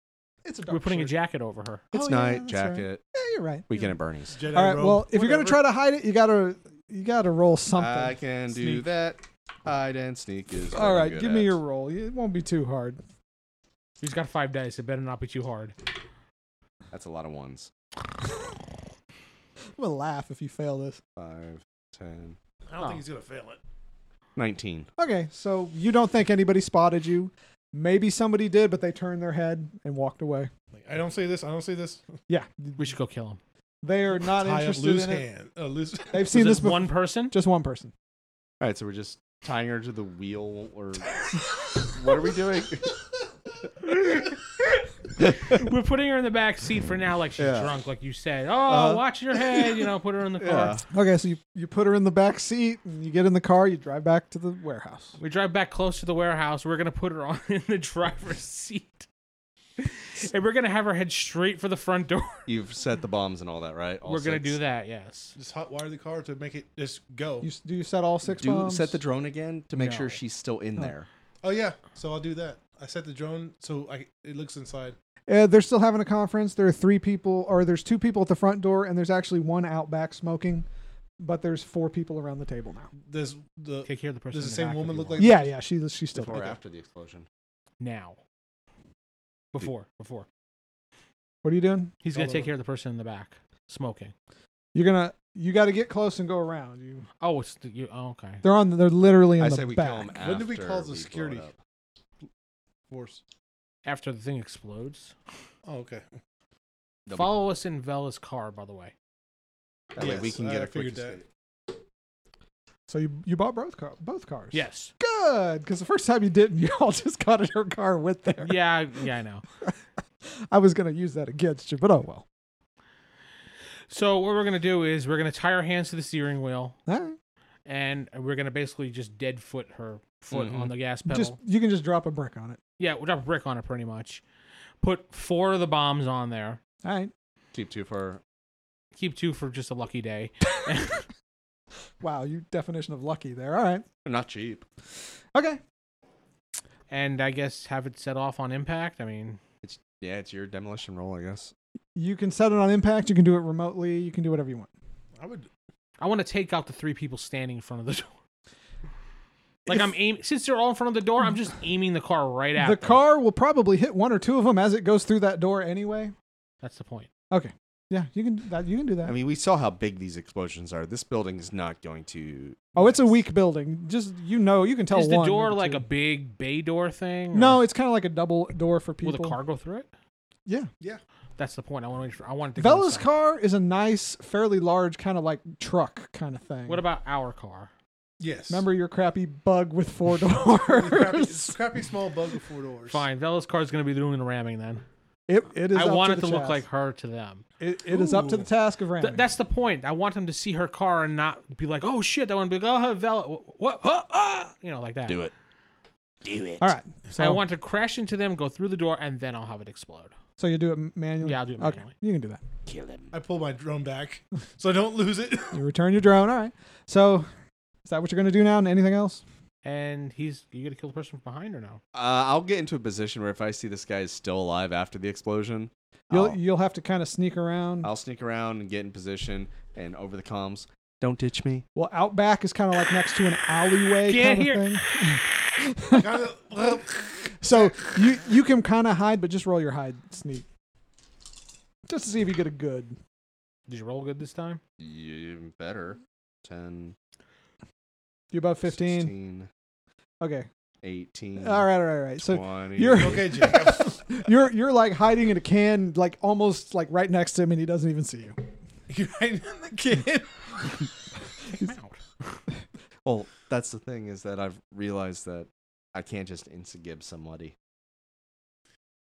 Speaker 1: it's a dark
Speaker 2: We're putting a
Speaker 1: shirt.
Speaker 2: jacket over her.
Speaker 3: It's
Speaker 1: Oh, yeah,
Speaker 3: night,
Speaker 1: that's right.
Speaker 3: jacket,
Speaker 1: Yeah, you're right.
Speaker 3: weekend at Bernie's.
Speaker 4: Jedi
Speaker 1: All right.
Speaker 4: robe,
Speaker 1: Well, if you're gonna try
Speaker 4: whatever.
Speaker 1: to hide it, you gotta you gotta roll something.
Speaker 3: I can do
Speaker 1: Sneak.
Speaker 3: that. Hide and sneak is. what
Speaker 1: All
Speaker 3: I'm
Speaker 1: right,
Speaker 3: good
Speaker 1: give me
Speaker 3: at.
Speaker 1: your roll. It won't be too hard.
Speaker 2: She's got five dice. It better not be too hard.
Speaker 3: That's a lot of ones.
Speaker 1: I'm gonna laugh if you fail this.
Speaker 3: Five, ten,
Speaker 4: I don't
Speaker 2: Oh.
Speaker 4: think he's gonna fail it.
Speaker 3: nineteen.
Speaker 1: Okay, so you don't think anybody spotted you? Maybe somebody did, but they turned their head and walked away.
Speaker 4: Like, I don't say this. I don't say this.
Speaker 1: Yeah,
Speaker 2: We should go kill him.
Speaker 1: they are not
Speaker 4: Tie up
Speaker 1: interested
Speaker 4: loose
Speaker 1: in it.
Speaker 4: hand. Uh, loose.
Speaker 1: They've
Speaker 2: Is
Speaker 1: seen this
Speaker 2: it
Speaker 1: before.
Speaker 2: one person?
Speaker 1: Just one person.
Speaker 3: All right, so we're just tying her to the wheel, or what are we doing?
Speaker 2: We're putting her in the back seat for now, like she's
Speaker 3: Yeah.
Speaker 2: drunk, like you said. Oh,
Speaker 3: Uh,
Speaker 2: watch your head. You know, put her in the car.
Speaker 3: yeah.
Speaker 1: Okay, so you, you put her in the back seat, and you get in the car, you drive back to the warehouse.
Speaker 2: We drive back close to the warehouse. We're gonna put her on in the driver's seat, and we're gonna have her head straight for the front door.
Speaker 3: You've set the bombs and all that, right? All
Speaker 2: we're gonna
Speaker 3: sets.
Speaker 2: do that. Yes.
Speaker 4: Just hot wire the car to make it just go.
Speaker 1: You s- do you set all six
Speaker 3: Do
Speaker 1: bombs?
Speaker 3: set the drone again to make
Speaker 2: No.
Speaker 3: sure she's still in there.
Speaker 4: Oh yeah. So I'll do that. I set the drone so I it looks inside.
Speaker 1: Uh, they're still having a conference. There are three people, or there's two people at the front door, and there's actually one out back smoking, but there's four people around the table now.
Speaker 4: Does the
Speaker 2: Take care of the person.
Speaker 4: Does
Speaker 2: in
Speaker 4: the
Speaker 2: the
Speaker 4: same
Speaker 2: back if
Speaker 4: woman
Speaker 2: you
Speaker 4: look
Speaker 2: want.
Speaker 4: like-
Speaker 1: Yeah, yeah, she, she's still
Speaker 3: Before or
Speaker 1: there.
Speaker 3: after the explosion?
Speaker 2: now? Before, before
Speaker 1: What are you doing?
Speaker 2: he's gonna
Speaker 4: All
Speaker 2: take
Speaker 4: over.
Speaker 2: care of the person in the back smoking.
Speaker 1: You're gonna, you got to get close and go around. You,
Speaker 2: Oh, it's the, you. Oh, okay.
Speaker 1: they're on, they're literally in
Speaker 3: I
Speaker 1: the
Speaker 3: say we
Speaker 1: back.
Speaker 3: kill him after.
Speaker 4: When did we call the
Speaker 3: blow it
Speaker 4: security?
Speaker 3: up.
Speaker 4: force?
Speaker 2: After the thing explodes,
Speaker 4: Oh okay.
Speaker 3: They'll be-
Speaker 2: follow us in Vela's car. By the way,
Speaker 3: That way we
Speaker 4: Yes,
Speaker 3: can
Speaker 1: uh,
Speaker 4: I
Speaker 3: get a quick
Speaker 4: figured that.
Speaker 3: escape.
Speaker 1: So you, you bought both car, both cars.
Speaker 2: yes.
Speaker 1: Good, because the first time you didn't, you all just got in her car with there.
Speaker 2: yeah, I- yeah, I know.
Speaker 1: I was gonna use that against you, but oh well.
Speaker 2: So what we're gonna do is we're gonna tie her hands to the steering wheel,
Speaker 1: All right.
Speaker 2: and we're gonna basically just dead foot her foot
Speaker 3: Mhm.
Speaker 2: on the gas pedal.
Speaker 1: Just you can just drop a brick on it.
Speaker 2: Yeah, we'll drop a brick on it pretty much. Put four of the bombs on there.
Speaker 1: All right.
Speaker 3: Keep two for
Speaker 2: Keep two for just a lucky day.
Speaker 1: Wow, you definition of lucky there. All right.
Speaker 3: not cheap.
Speaker 1: Okay.
Speaker 2: and I guess have it set off on impact. I mean,
Speaker 3: Yeah, it's your demolition roll, I guess.
Speaker 1: You can set it on impact. You can do it remotely. You can do whatever you want.
Speaker 4: I would.
Speaker 2: I want to take out the three people standing in front of the door. Like
Speaker 1: If-
Speaker 2: I'm aiming since they're all in front of the door, I'm just aiming the car right at
Speaker 1: the
Speaker 2: them.
Speaker 1: car will probably hit one or two of them as it goes through that door anyway.
Speaker 2: That's the point.
Speaker 1: Okay. Yeah, you can do that. You can do that.
Speaker 3: I mean, we saw how big these explosions are. This building is not going to.
Speaker 1: oh, it's a weak building. Just you know, you can tell
Speaker 2: Is the
Speaker 1: one.
Speaker 2: door
Speaker 1: maybe
Speaker 2: like
Speaker 1: two.
Speaker 2: a big bay door thing? or
Speaker 1: No, it's kind of like a double door for people.
Speaker 2: will the car go through it?
Speaker 1: Yeah.
Speaker 2: That's the point. I want to. For, I want it to. go
Speaker 1: Bella's
Speaker 2: inside.
Speaker 1: car is a nice, fairly large kind of like truck kind of thing.
Speaker 2: What about our car?
Speaker 4: Yes.
Speaker 1: Remember your crappy bug with four
Speaker 4: It's crappy, it's
Speaker 1: doors?
Speaker 4: crappy small bug with four doors.
Speaker 2: Fine. Bella's car is going to be doing the ramming then.
Speaker 1: it, it is.
Speaker 2: I
Speaker 1: up
Speaker 2: want
Speaker 1: to
Speaker 2: it to
Speaker 1: the
Speaker 2: look
Speaker 1: task.
Speaker 2: like her to them.
Speaker 1: It, it is up to
Speaker 4: Ooh.
Speaker 1: the task of ramming.
Speaker 2: Th- that's the point. I want them to see her car and not be like, "Oh shit!" I want to be like, "Oh, Vela, what? Huh, ah!" You know, like that.
Speaker 3: Do it.
Speaker 1: All right. So
Speaker 2: I want to crash into them, go through the door, and then I'll have it explode.
Speaker 1: So you do it manually.
Speaker 2: Yeah, I'll do it
Speaker 1: Okay,
Speaker 2: manually.
Speaker 1: you can do that.
Speaker 4: I pull my drone back so I don't lose it.
Speaker 1: You return your drone. All right. So is that what you're going to do now? And anything else?
Speaker 2: And he's you gonna kill the person from behind or no?
Speaker 3: Uh, I'll get into a position where if I see this guy is still alive after the explosion,
Speaker 1: You'll
Speaker 3: I'll,
Speaker 1: you'll have to kind of sneak around.
Speaker 3: I'll sneak around and get in position and over the comms. Don't ditch me.
Speaker 1: well, out back is kind of like next to an alleyway
Speaker 2: Can't
Speaker 1: kind
Speaker 2: hear-
Speaker 1: of thing.
Speaker 4: Kinda- well,
Speaker 1: So you you can kind of hide, but just roll your hide sneak, just to see if you get a good.
Speaker 2: Did you roll good this time?
Speaker 3: You better. 10,
Speaker 1: You about fifteen?
Speaker 3: 16.
Speaker 1: Okay.
Speaker 3: 18.
Speaker 1: All right, all right, all right. So
Speaker 3: 20.
Speaker 1: you're-
Speaker 4: Okay, Jacob.
Speaker 1: you're you're like hiding in a can, like almost like right next to him, and he doesn't even see you.
Speaker 4: You're right in the kid.
Speaker 2: Take him out.
Speaker 3: Well, that's the thing is that I've realized that I can't just instigib somebody.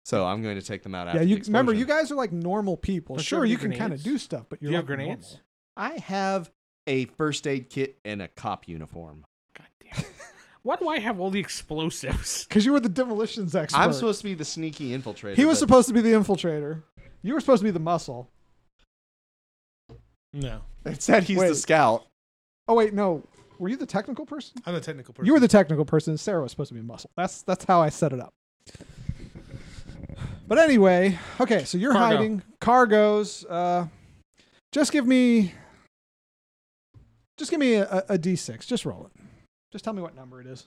Speaker 3: So I'm going to take them out after
Speaker 1: yeah,
Speaker 3: the
Speaker 1: you remember you
Speaker 3: explosion.
Speaker 1: guys are like normal people.
Speaker 2: Don't you
Speaker 1: sure,
Speaker 2: have
Speaker 1: you
Speaker 2: your
Speaker 1: can kind of
Speaker 2: grenades?
Speaker 1: do stuff, but
Speaker 2: Do
Speaker 1: you're
Speaker 2: you have
Speaker 1: like normal.
Speaker 2: grenades?
Speaker 3: I have a first aid kit and a cop uniform.
Speaker 2: God damn. it. Why do I have all the explosives?
Speaker 1: because you were the demolitions expert.
Speaker 3: I'm supposed to be the sneaky infiltrator.
Speaker 1: he was
Speaker 3: but
Speaker 1: supposed to be the infiltrator. You were supposed to be the muscle.
Speaker 4: No,
Speaker 3: it said he's
Speaker 1: Wait.
Speaker 3: the scout.
Speaker 1: Oh wait, no. Were you the technical person?
Speaker 4: I'm a technical person.
Speaker 1: You were the technical person. Sarah was supposed to be muscle. That's that's how I set it up. But anyway, okay. So you're
Speaker 2: Cargo.
Speaker 1: hiding cargos. Uh, just give me, just give me a, a, a d6. Just roll it. Just tell me what number it is.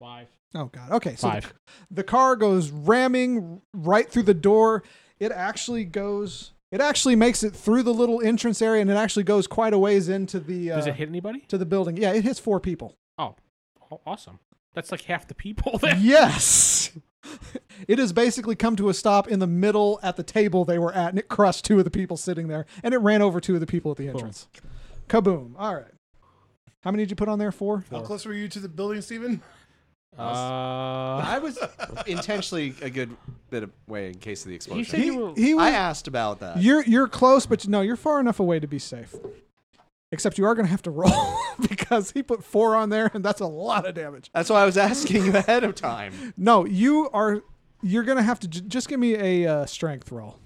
Speaker 2: Five.
Speaker 1: Oh God. Okay. So
Speaker 2: Five.
Speaker 1: the car goes ramming right through the door. It actually goes. It actually makes it through the little entrance area, and it actually goes quite a ways into the
Speaker 2: Does
Speaker 1: uh,
Speaker 2: it hit anybody?
Speaker 1: to the building. Yeah, it hits four people.
Speaker 2: Oh, awesome. That's like half the people there.
Speaker 1: yes. It has basically come to a stop in the middle at the table they were at, and it crushed two of the people sitting there, and it ran over two of the people at the entrance. Kaboom. All right. How many did you put on there? Four?
Speaker 4: How close were you to the building, Steven?
Speaker 2: Uh,
Speaker 3: I was intentionally a good bit of way in case of the explosion.
Speaker 2: you said
Speaker 1: He,
Speaker 2: you were.
Speaker 1: he
Speaker 3: I
Speaker 1: was,
Speaker 3: asked about that.
Speaker 1: you're, you're close, but no, you're far enough away to be safe. Except you are going to have to roll because he put four on there, and that's a lot of damage.
Speaker 3: That's why I was asking you ahead of time.
Speaker 1: No, you are. You're going to have to j- just give me a uh, strength roll.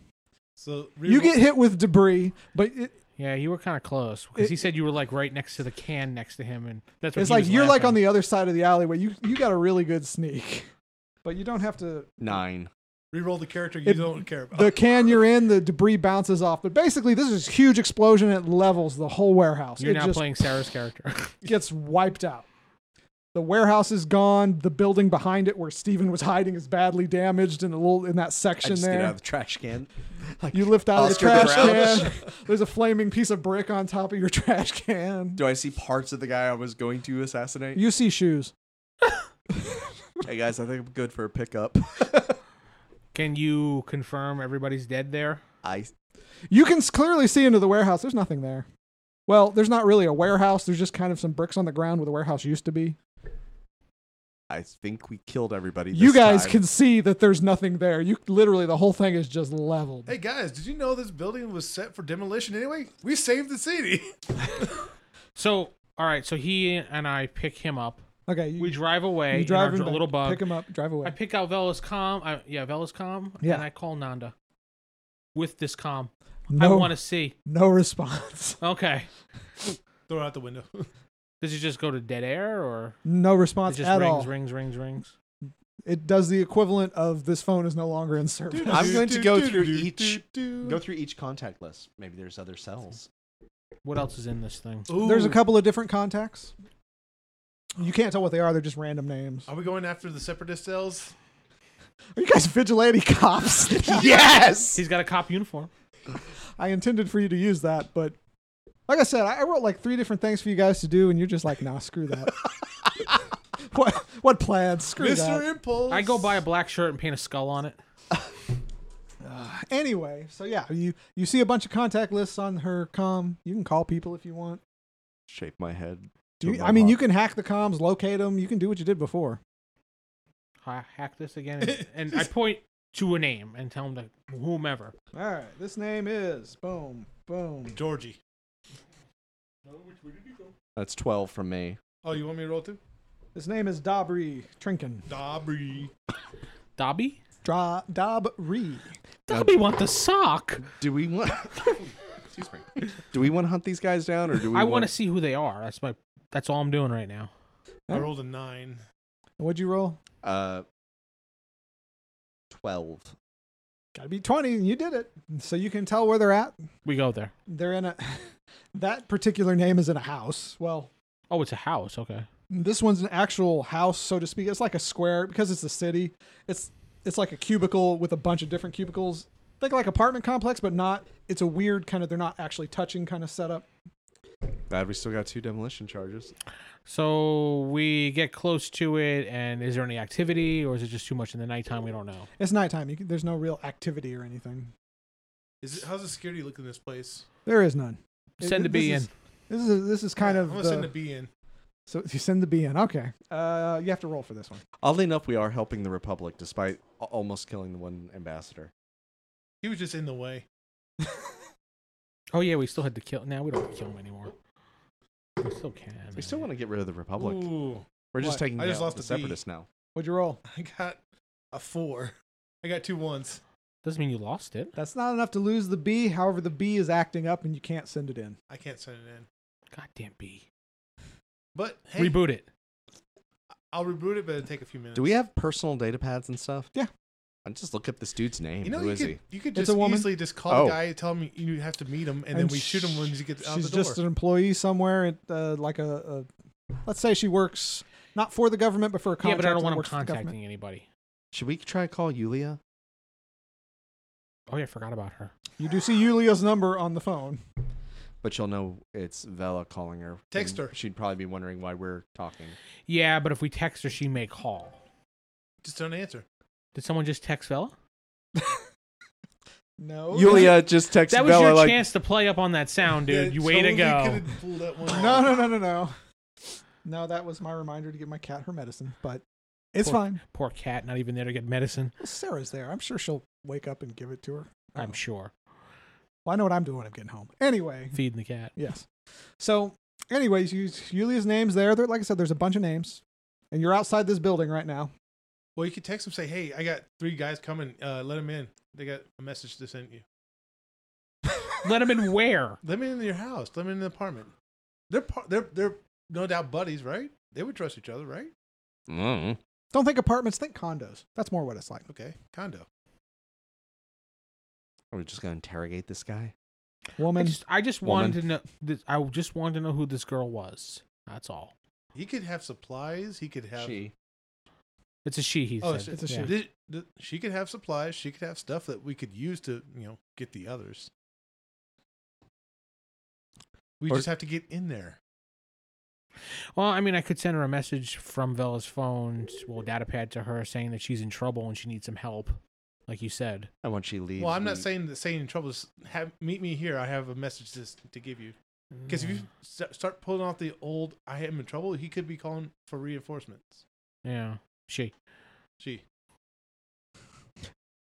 Speaker 4: So
Speaker 1: You get hit with debris, but it,
Speaker 2: Yeah, you were kind of close because he
Speaker 1: It-
Speaker 2: said you were like right next to the can next to him, and that's what
Speaker 1: It's
Speaker 2: he
Speaker 1: like
Speaker 2: was
Speaker 1: you're like
Speaker 2: laughing.
Speaker 1: on the other side of the alleyway. You you got a really good sneak, but you don't have to.
Speaker 3: Nine.
Speaker 4: reroll the character you
Speaker 1: It-
Speaker 4: don't care about.
Speaker 1: The can you're in, the debris bounces off. But basically, this is huge explosion. It levels the whole warehouse.
Speaker 2: You're
Speaker 1: it
Speaker 2: now
Speaker 1: just
Speaker 2: playing Sarah's character.
Speaker 1: gets wiped out. The warehouse is gone. The building behind it, where Steven was hiding, is badly damaged in a little in that
Speaker 3: I
Speaker 1: section
Speaker 3: just
Speaker 1: there.
Speaker 3: get out of the trash can.
Speaker 1: you lift out of the
Speaker 3: Oscar
Speaker 1: trash
Speaker 3: Grouch.
Speaker 1: can. There's a flaming piece of brick on top of your trash can.
Speaker 3: Do I see parts of the guy I was going to assassinate?
Speaker 1: You see shoes.
Speaker 3: Hey guys, I think I'm good for a pickup.
Speaker 2: Can you confirm everybody's dead there?
Speaker 3: I
Speaker 1: You can s- clearly see into the warehouse. There's nothing there. Well, there's not really a warehouse. There's just kind of some bricks on the ground where the warehouse used to be.
Speaker 3: I think we killed everybody.
Speaker 1: You
Speaker 3: this
Speaker 1: guys
Speaker 3: time.
Speaker 1: can see that there's nothing there. You literally the whole thing is just leveled.
Speaker 4: hey guys, did you know this building was set for demolition anyway? We saved the city.
Speaker 2: So, all right. So he and I pick him up.
Speaker 1: Okay, you,
Speaker 2: We drive away.
Speaker 1: you
Speaker 2: in our
Speaker 1: drive him
Speaker 2: dr-
Speaker 1: back,
Speaker 2: little bug.
Speaker 1: Pick him up, drive away.
Speaker 2: I pick out Vela's com. I, yeah, Vela's com.
Speaker 1: Yeah.
Speaker 2: And I call Nanda with this com.
Speaker 1: no,
Speaker 2: I want to see.
Speaker 1: no response.
Speaker 2: Okay.
Speaker 4: Throw it out the window.
Speaker 2: Does it just go to dead air or
Speaker 1: No
Speaker 2: it
Speaker 1: response
Speaker 2: just
Speaker 1: at
Speaker 2: rings,
Speaker 1: all.
Speaker 2: rings, rings, rings?
Speaker 1: It does the equivalent of this phone is no longer in service.
Speaker 3: I'm going to go through each-
Speaker 4: Go
Speaker 3: go through each contact list. Maybe there's other cells.
Speaker 2: What else is in this thing?
Speaker 1: There's a couple of different contacts. You can't tell what they are. They're just random names.
Speaker 2: Oh.
Speaker 4: Are we going after the separatist cells?
Speaker 1: Are you guys vigilante cops?
Speaker 3: yes.
Speaker 2: He's got a cop uniform.
Speaker 1: I intended for you to use that, but like I said, I I wrote like three different things for you guys to do, and you're just like, nah, screw that. what what plans? Screw
Speaker 4: Mr.
Speaker 1: that.
Speaker 4: Impulse.
Speaker 2: I go buy a black shirt and paint a skull on it.
Speaker 1: Anyway, so yeah, you you see a bunch of contact lists on her com. You can call people if you want.
Speaker 3: Shape my head.
Speaker 1: Do you,
Speaker 3: To
Speaker 1: I mean,
Speaker 3: Lovelock.
Speaker 1: you can hack the comms, locate them. You can do what you did before.
Speaker 2: I hack this again, and, and I point to a name and tell him to whomever.
Speaker 1: All right, this name is boom boom.
Speaker 4: Georgie.
Speaker 3: That's twelve from me.
Speaker 4: Oh, you want me to roll too?
Speaker 1: This name is Dobry Trinkin.
Speaker 4: Dobry.
Speaker 2: Dobby.
Speaker 1: Dra- Dobry.
Speaker 2: Dobby want the sock.
Speaker 3: Do we want? Excuse me. Do we want to hunt these guys down, or do we?
Speaker 2: I want to see who they are. That's my. That's all I'm doing right now.
Speaker 4: I
Speaker 1: Huh?
Speaker 4: rolled a nine.
Speaker 1: What'd you roll?
Speaker 3: Uh, twelve.
Speaker 1: Got to be twenty. and You did it, so you can tell where they're at.
Speaker 2: We go there.
Speaker 1: they're in a that particular name is in a house well
Speaker 2: Oh, it's a house. Okay.
Speaker 1: this one's an actual house so to speak it's like a square because it's a city it's it's like a cubicle with a bunch of different cubicles think like apartment complex but not it's a weird kind of they're not actually touching kind of setup
Speaker 3: Glad we still got two demolition charges.
Speaker 2: So we get close to it, and is there any activity, or is it just too much in the nighttime? We don't know.
Speaker 1: It's nighttime. You can, there's no real activity or anything.
Speaker 4: Is it, how's the security look in this place?
Speaker 1: There is none. It-
Speaker 2: Send a
Speaker 1: this
Speaker 2: bee in.
Speaker 1: is- This is this is kind
Speaker 4: Yeah,
Speaker 1: of
Speaker 4: I'm gonna
Speaker 1: the-
Speaker 4: send a bee in.
Speaker 1: so you send the bee in. Okay. Uh, you have to roll for this one.
Speaker 3: Oddly enough, we are helping the Republic despite a- almost killing the one ambassador.
Speaker 4: He was just in the way.
Speaker 2: Oh yeah, we still had to kill. Now we don't have to kill him anymore. We still can.
Speaker 3: We still want to get rid of the Republic.
Speaker 4: Ooh,
Speaker 3: We're just
Speaker 1: What?
Speaker 3: taking
Speaker 4: I just
Speaker 3: down
Speaker 4: lost
Speaker 3: the
Speaker 4: a bee.
Speaker 3: separatists now.
Speaker 1: What'd you roll?
Speaker 4: I got a four. I got two ones.
Speaker 2: Doesn't mean you lost it.
Speaker 1: That's not enough to lose the bee. However, the bee is acting up, and you can't send it in.
Speaker 4: I can't send it in.
Speaker 2: Goddamn bee.
Speaker 4: But hey,
Speaker 2: Reboot it.
Speaker 4: I'll reboot it, but it'll take a few minutes.
Speaker 3: Do we have personal data pads and stuff?
Speaker 1: Yeah.
Speaker 3: I just look up this dude's name.
Speaker 4: You know,
Speaker 3: Who
Speaker 4: you
Speaker 3: is
Speaker 4: could,
Speaker 3: he?
Speaker 4: you could
Speaker 1: It's a
Speaker 4: just
Speaker 1: woman.
Speaker 4: easily just call
Speaker 3: Oh.
Speaker 4: the guy and tell him you have to meet him, and, then
Speaker 1: And
Speaker 4: we shoot him when he gets out the
Speaker 1: She's
Speaker 4: door.
Speaker 1: just an employee somewhere at uh, like a, a. Let's say she works not for the government, but for a
Speaker 2: Yeah,
Speaker 1: contract.
Speaker 2: but I don't
Speaker 1: that
Speaker 2: want him
Speaker 1: works for the government.
Speaker 2: contacting anybody.
Speaker 3: Should we try to call Yulia?
Speaker 2: Oh yeah, I forgot about her.
Speaker 1: You do see Yulia's number on the phone.
Speaker 3: But you'll know it's Vela calling her.
Speaker 4: Text
Speaker 3: and
Speaker 4: her.
Speaker 3: She'd probably be wondering why we're talking.
Speaker 2: Yeah, but if we text her, she may call.
Speaker 4: just don't answer.
Speaker 2: Did someone just text Vela?
Speaker 4: Oh,
Speaker 1: No.
Speaker 3: Yulia just texted
Speaker 2: That was
Speaker 3: Vela
Speaker 2: your
Speaker 3: like,
Speaker 2: chance to play up on that sound, dude.
Speaker 4: Yeah,
Speaker 2: you way to
Speaker 4: totally
Speaker 2: go.
Speaker 4: could've pulled that one
Speaker 1: No,
Speaker 4: off.
Speaker 1: no, no, no, no. No, that was my reminder to give my cat her medicine, but it's
Speaker 2: Poor-
Speaker 1: fine.
Speaker 2: Poor cat, not even there to get medicine.
Speaker 1: Well, Sarah's there. I'm sure she'll wake up and give it to her.
Speaker 2: I'm
Speaker 1: Oh.
Speaker 2: sure.
Speaker 1: Well, I know what I'm doing when I'm getting home. Anyway,
Speaker 2: Feeding the cat.
Speaker 1: yes. So, anyways, you, Yulia's name's there. there. Like I said, there's a bunch of names, and you're outside this building right now.
Speaker 4: Well, you could text him say, "Hey, I got three guys coming. Uh, let them in. They got a message to send you.
Speaker 2: Let him in where?
Speaker 4: Let me into your house. Let me in the apartment. They're par- they're they're no doubt buddies, right? They would trust each other, right?
Speaker 3: mm.
Speaker 1: Don't think apartments, think condos. That's more what it's like.
Speaker 4: Okay, condo.
Speaker 3: Are we just going to interrogate this guy?
Speaker 2: I
Speaker 1: Woman,
Speaker 2: just, I just
Speaker 3: Woman.
Speaker 2: wanted to know. This, I just wanted to know who this girl was. That's all.
Speaker 4: He could have supplies. He could have.
Speaker 3: She.
Speaker 2: It's a she. He
Speaker 4: Oh,
Speaker 2: said.
Speaker 1: it's a
Speaker 2: Yeah.
Speaker 1: she.
Speaker 4: Th- th- she could have supplies. She could have stuff that we could use to, you know, get the others. We
Speaker 3: Or-
Speaker 4: just have to get in there.
Speaker 2: Well, I mean, I could send her a message from Vela's phone, well, data pad to her, saying that she's in trouble and she needs some help, like you said.
Speaker 3: I want she leaves.
Speaker 4: Well, I'm not
Speaker 3: we-
Speaker 4: saying that saying in trouble. Just have meet me here. I have a message to s- to give you. Because
Speaker 2: Mm.
Speaker 4: if you st- start pulling off the old "I am in trouble," he could be calling for reinforcements.
Speaker 2: yeah, she.
Speaker 4: Gee,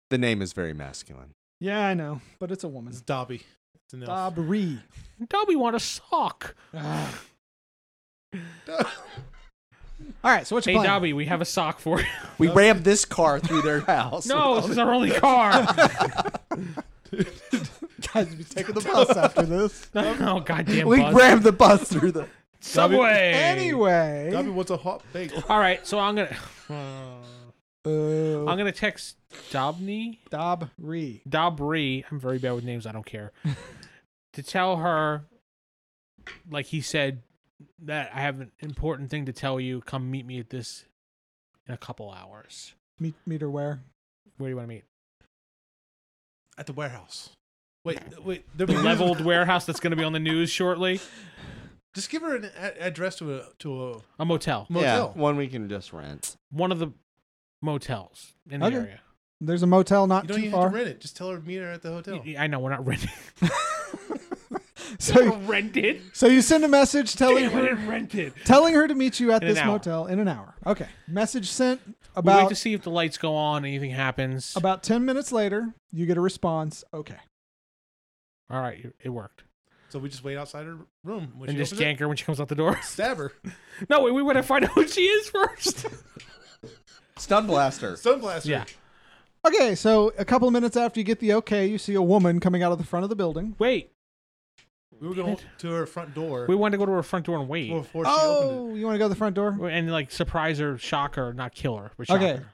Speaker 3: The name is very masculine.
Speaker 1: yeah, I know, but it's a woman.
Speaker 4: it's Dobby. It's an elf.
Speaker 1: Dobry.
Speaker 2: Dobby want a sock.
Speaker 1: All
Speaker 4: Dob-
Speaker 1: right, so what's
Speaker 2: Hey,
Speaker 1: your plan?
Speaker 2: Dobby, we have a sock for you.
Speaker 3: We rammed this car through their house.
Speaker 2: no, this is our only car.
Speaker 1: Guys, we'll be taking the bus after this.
Speaker 2: oh, goddamn
Speaker 3: we
Speaker 2: bus.
Speaker 3: rammed the bus through the.
Speaker 2: Subway.
Speaker 1: Anyway,
Speaker 4: Dobby wants a hot bagel.
Speaker 2: All right, so I'm gonna
Speaker 1: uh,
Speaker 2: I'm gonna text Dobney
Speaker 1: Dobry.
Speaker 2: Dabri, I'm very bad with names, I don't care, to tell her, like he said, that I have an important thing to tell you. Come meet me at this in a couple hours.
Speaker 1: Meet, meet her where?
Speaker 2: Where do you want to meet?
Speaker 4: at the warehouse. Wait, wait. They're
Speaker 2: The leveled warehouse that's going to be on the news shortly?
Speaker 4: Just give her an a- address to a to a
Speaker 2: A motel.
Speaker 4: motel.
Speaker 3: Yeah, one we can just rent.
Speaker 2: One of the motels in the
Speaker 1: Okay.
Speaker 2: area.
Speaker 1: There's a motel not
Speaker 4: you don't
Speaker 1: too
Speaker 4: even
Speaker 1: far.
Speaker 4: have to rent it. Just tell her to meet her at the hotel.
Speaker 2: Y- I know, we're not renting.
Speaker 1: so, you-
Speaker 2: rented?
Speaker 1: so you send a message telling
Speaker 2: Damn, we
Speaker 1: her,
Speaker 2: didn't rent it.
Speaker 1: telling her to meet you at
Speaker 2: In an
Speaker 1: this
Speaker 2: hour.
Speaker 1: motel in an hour. Okay. Message sent.
Speaker 2: We wait
Speaker 1: About
Speaker 2: to see if the lights go on, anything happens.
Speaker 1: about ten minutes later, you get a response. Okay.
Speaker 2: All right, it worked.
Speaker 4: So we just wait outside her room. When
Speaker 2: and
Speaker 4: she
Speaker 2: just
Speaker 4: opens it,
Speaker 2: yank her when she comes out the door.
Speaker 4: stab her.
Speaker 2: No, wait, we want to find out who she is first.
Speaker 3: Stun blaster.
Speaker 4: Sunblaster.
Speaker 2: Yeah.
Speaker 1: Okay. So a couple of minutes after you get the okay, you see a woman coming out of the front of the building.
Speaker 2: Wait,
Speaker 4: We were going to her front door
Speaker 2: we wanted to go to her front door and wait,
Speaker 4: before she opened
Speaker 1: Oh, you want to go to the front door?
Speaker 2: and like surprise her, shock her, not kill her, but shock
Speaker 1: Okay.
Speaker 2: her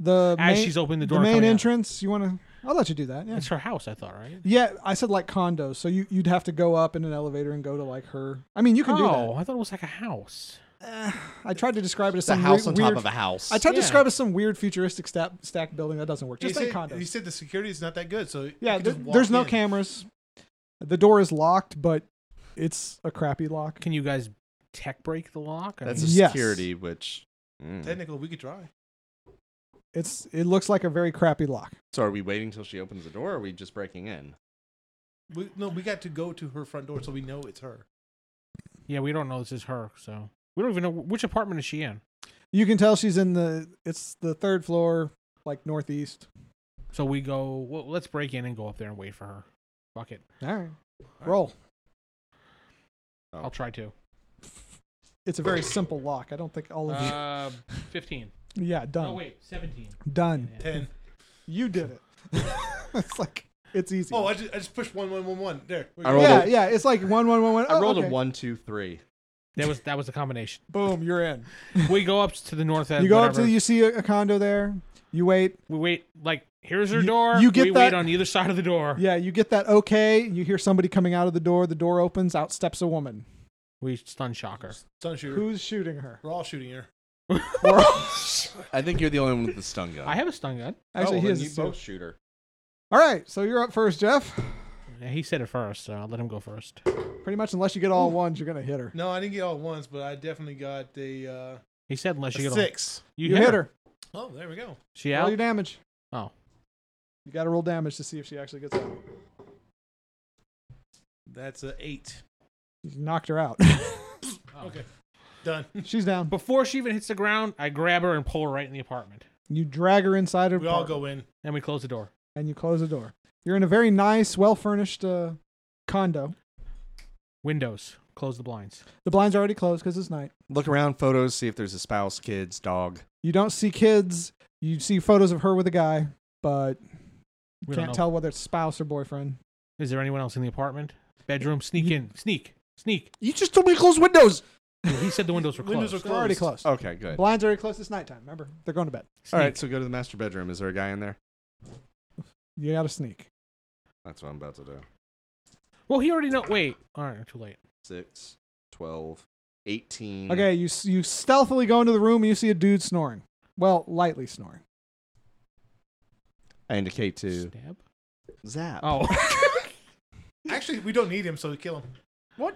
Speaker 1: The
Speaker 2: as
Speaker 1: main,
Speaker 2: she's opening the
Speaker 1: the
Speaker 2: door. and
Speaker 1: main
Speaker 2: coming out.
Speaker 1: entrance. You want to? I'll let you do that. Yeah.
Speaker 2: It's her house, I thought, right?
Speaker 1: Yeah, I said like condos, so you you'd have to go up in an elevator and go to like her. I mean, you can
Speaker 2: oh, I thought it was like a house.
Speaker 1: do that. I tried to describe it as
Speaker 3: It's a
Speaker 1: some
Speaker 3: house
Speaker 1: weir-
Speaker 3: on
Speaker 1: weird,
Speaker 3: top of a house.
Speaker 1: I tried to
Speaker 2: Yeah.
Speaker 1: describe it as some weird futuristic stack, stack building that doesn't work.
Speaker 4: it. He
Speaker 1: Just think
Speaker 4: said,
Speaker 1: condos.
Speaker 4: he said the security is not that good, so you
Speaker 1: yeah,
Speaker 4: could
Speaker 1: there-
Speaker 4: just walk
Speaker 1: there's no
Speaker 4: in.
Speaker 1: cameras. The door is locked, but it's a crappy lock.
Speaker 2: Can you guys tech break the lock? I
Speaker 3: That's a
Speaker 2: mean,
Speaker 1: Yes.
Speaker 3: security, which. Mm.
Speaker 4: Technically, we could try.
Speaker 1: It's it looks like a very crappy lock.
Speaker 3: So are we waiting till she opens the door? Or are we just breaking in?
Speaker 4: We, no, we got to go to her front door so we know it's her.
Speaker 2: yeah, we don't know this is her, so we don't even know which apartment is she in.
Speaker 1: You can tell she's in the it's the third floor, like northeast.
Speaker 2: So we go. Well, let's break in and go up there and wait for her. Fuck it.
Speaker 1: All right, roll.
Speaker 3: Oh.
Speaker 2: I'll try to.
Speaker 1: It's a very simple lock. I don't think all of
Speaker 2: Uh, fifteen.
Speaker 1: you. Yeah, done.
Speaker 2: Oh wait, seventeen.
Speaker 1: Done.
Speaker 2: Yeah.
Speaker 4: Ten.
Speaker 1: You did it. it's like it's easy.
Speaker 4: Oh, I just, I just pushed one, one, one, one. There. We
Speaker 3: I
Speaker 4: go.
Speaker 3: rolled
Speaker 1: yeah,
Speaker 3: a-
Speaker 1: yeah. It's like one, one, one, one.
Speaker 3: I
Speaker 1: Oh,
Speaker 3: rolled
Speaker 1: okay.
Speaker 3: a one, two, three.
Speaker 2: That was that was the combination.
Speaker 1: Boom, you're in.
Speaker 2: We go up to the north end.
Speaker 1: You go up
Speaker 2: whatever.
Speaker 1: to you see a, a condo there. You wait.
Speaker 2: We wait. Like here's her
Speaker 1: You-
Speaker 2: door.
Speaker 1: you get
Speaker 2: we
Speaker 1: that-
Speaker 2: wait on either side of the door.
Speaker 1: Yeah, you get that okay. You hear somebody coming out of the door. The door opens. Out steps a woman.
Speaker 2: We stun shock her.
Speaker 4: Stun shooter.
Speaker 1: Who's shooting her?
Speaker 4: We're all shooting her.
Speaker 1: Or-
Speaker 3: I think you're the only one with the stun gun.
Speaker 2: I have a stun gun.
Speaker 1: Actually,
Speaker 3: oh, well,
Speaker 1: he
Speaker 3: then
Speaker 1: is.
Speaker 3: you
Speaker 1: too.
Speaker 3: both shooter.
Speaker 1: All right, so you're up first, Jeff.
Speaker 2: Yeah, he said it first, so I'll let him go first.
Speaker 1: Pretty much, unless you get all ones, you're gonna hit her.
Speaker 4: No, I didn't get all ones, but I definitely got the uh,
Speaker 2: He said unless you
Speaker 4: a
Speaker 2: get on-
Speaker 4: six.
Speaker 2: You,
Speaker 1: You, hit her.
Speaker 4: Oh, there we go.
Speaker 2: She
Speaker 1: Roll
Speaker 2: out.
Speaker 1: your damage.
Speaker 2: Oh.
Speaker 1: You got to roll damage to see if she actually gets out.
Speaker 4: That's a eight.
Speaker 1: You knocked her out.
Speaker 4: Okay. Done.
Speaker 1: She's down.
Speaker 2: Before she even hits the ground, I grab her and pull her right in the apartment,
Speaker 1: You drag her inside her.
Speaker 4: we all go in.
Speaker 2: and we close the door.
Speaker 1: And you close the door. You're in a very nice, well furnished uh, condo.
Speaker 2: Windows. Close the blinds.
Speaker 1: The blinds are already closed because it's night.
Speaker 3: Look around, photos, see if there's a spouse, kids, dog.
Speaker 1: You don't see kids. You see photos of her with a guy, but
Speaker 2: We don't
Speaker 1: can't
Speaker 2: know.
Speaker 1: tell whether it's spouse or boyfriend.
Speaker 2: Is there anyone else in the apartment? Bedroom. Sneak in. Sneak. Sneak.
Speaker 3: You just told me to close windows.
Speaker 2: He said the windows were closed.
Speaker 4: Windows are
Speaker 1: They're already closed.
Speaker 3: Okay, good.
Speaker 1: Blinds are already closed. It's nighttime. Remember, they're going to bed.
Speaker 3: All
Speaker 2: Sneak.
Speaker 3: right, so go to the master bedroom. Is there a guy in there?
Speaker 1: You got to sneak.
Speaker 3: That's what I'm about to do.
Speaker 2: Well, he already know. Wait. All right. Too late.
Speaker 3: Six, twelve, eighteen.
Speaker 1: Okay, you s- you stealthily go into the room and you see a dude snoring. Well, lightly snoring.
Speaker 3: I indicate to
Speaker 2: Stab.
Speaker 3: Zap.
Speaker 2: Oh
Speaker 4: Actually, we don't need him, so we kill him.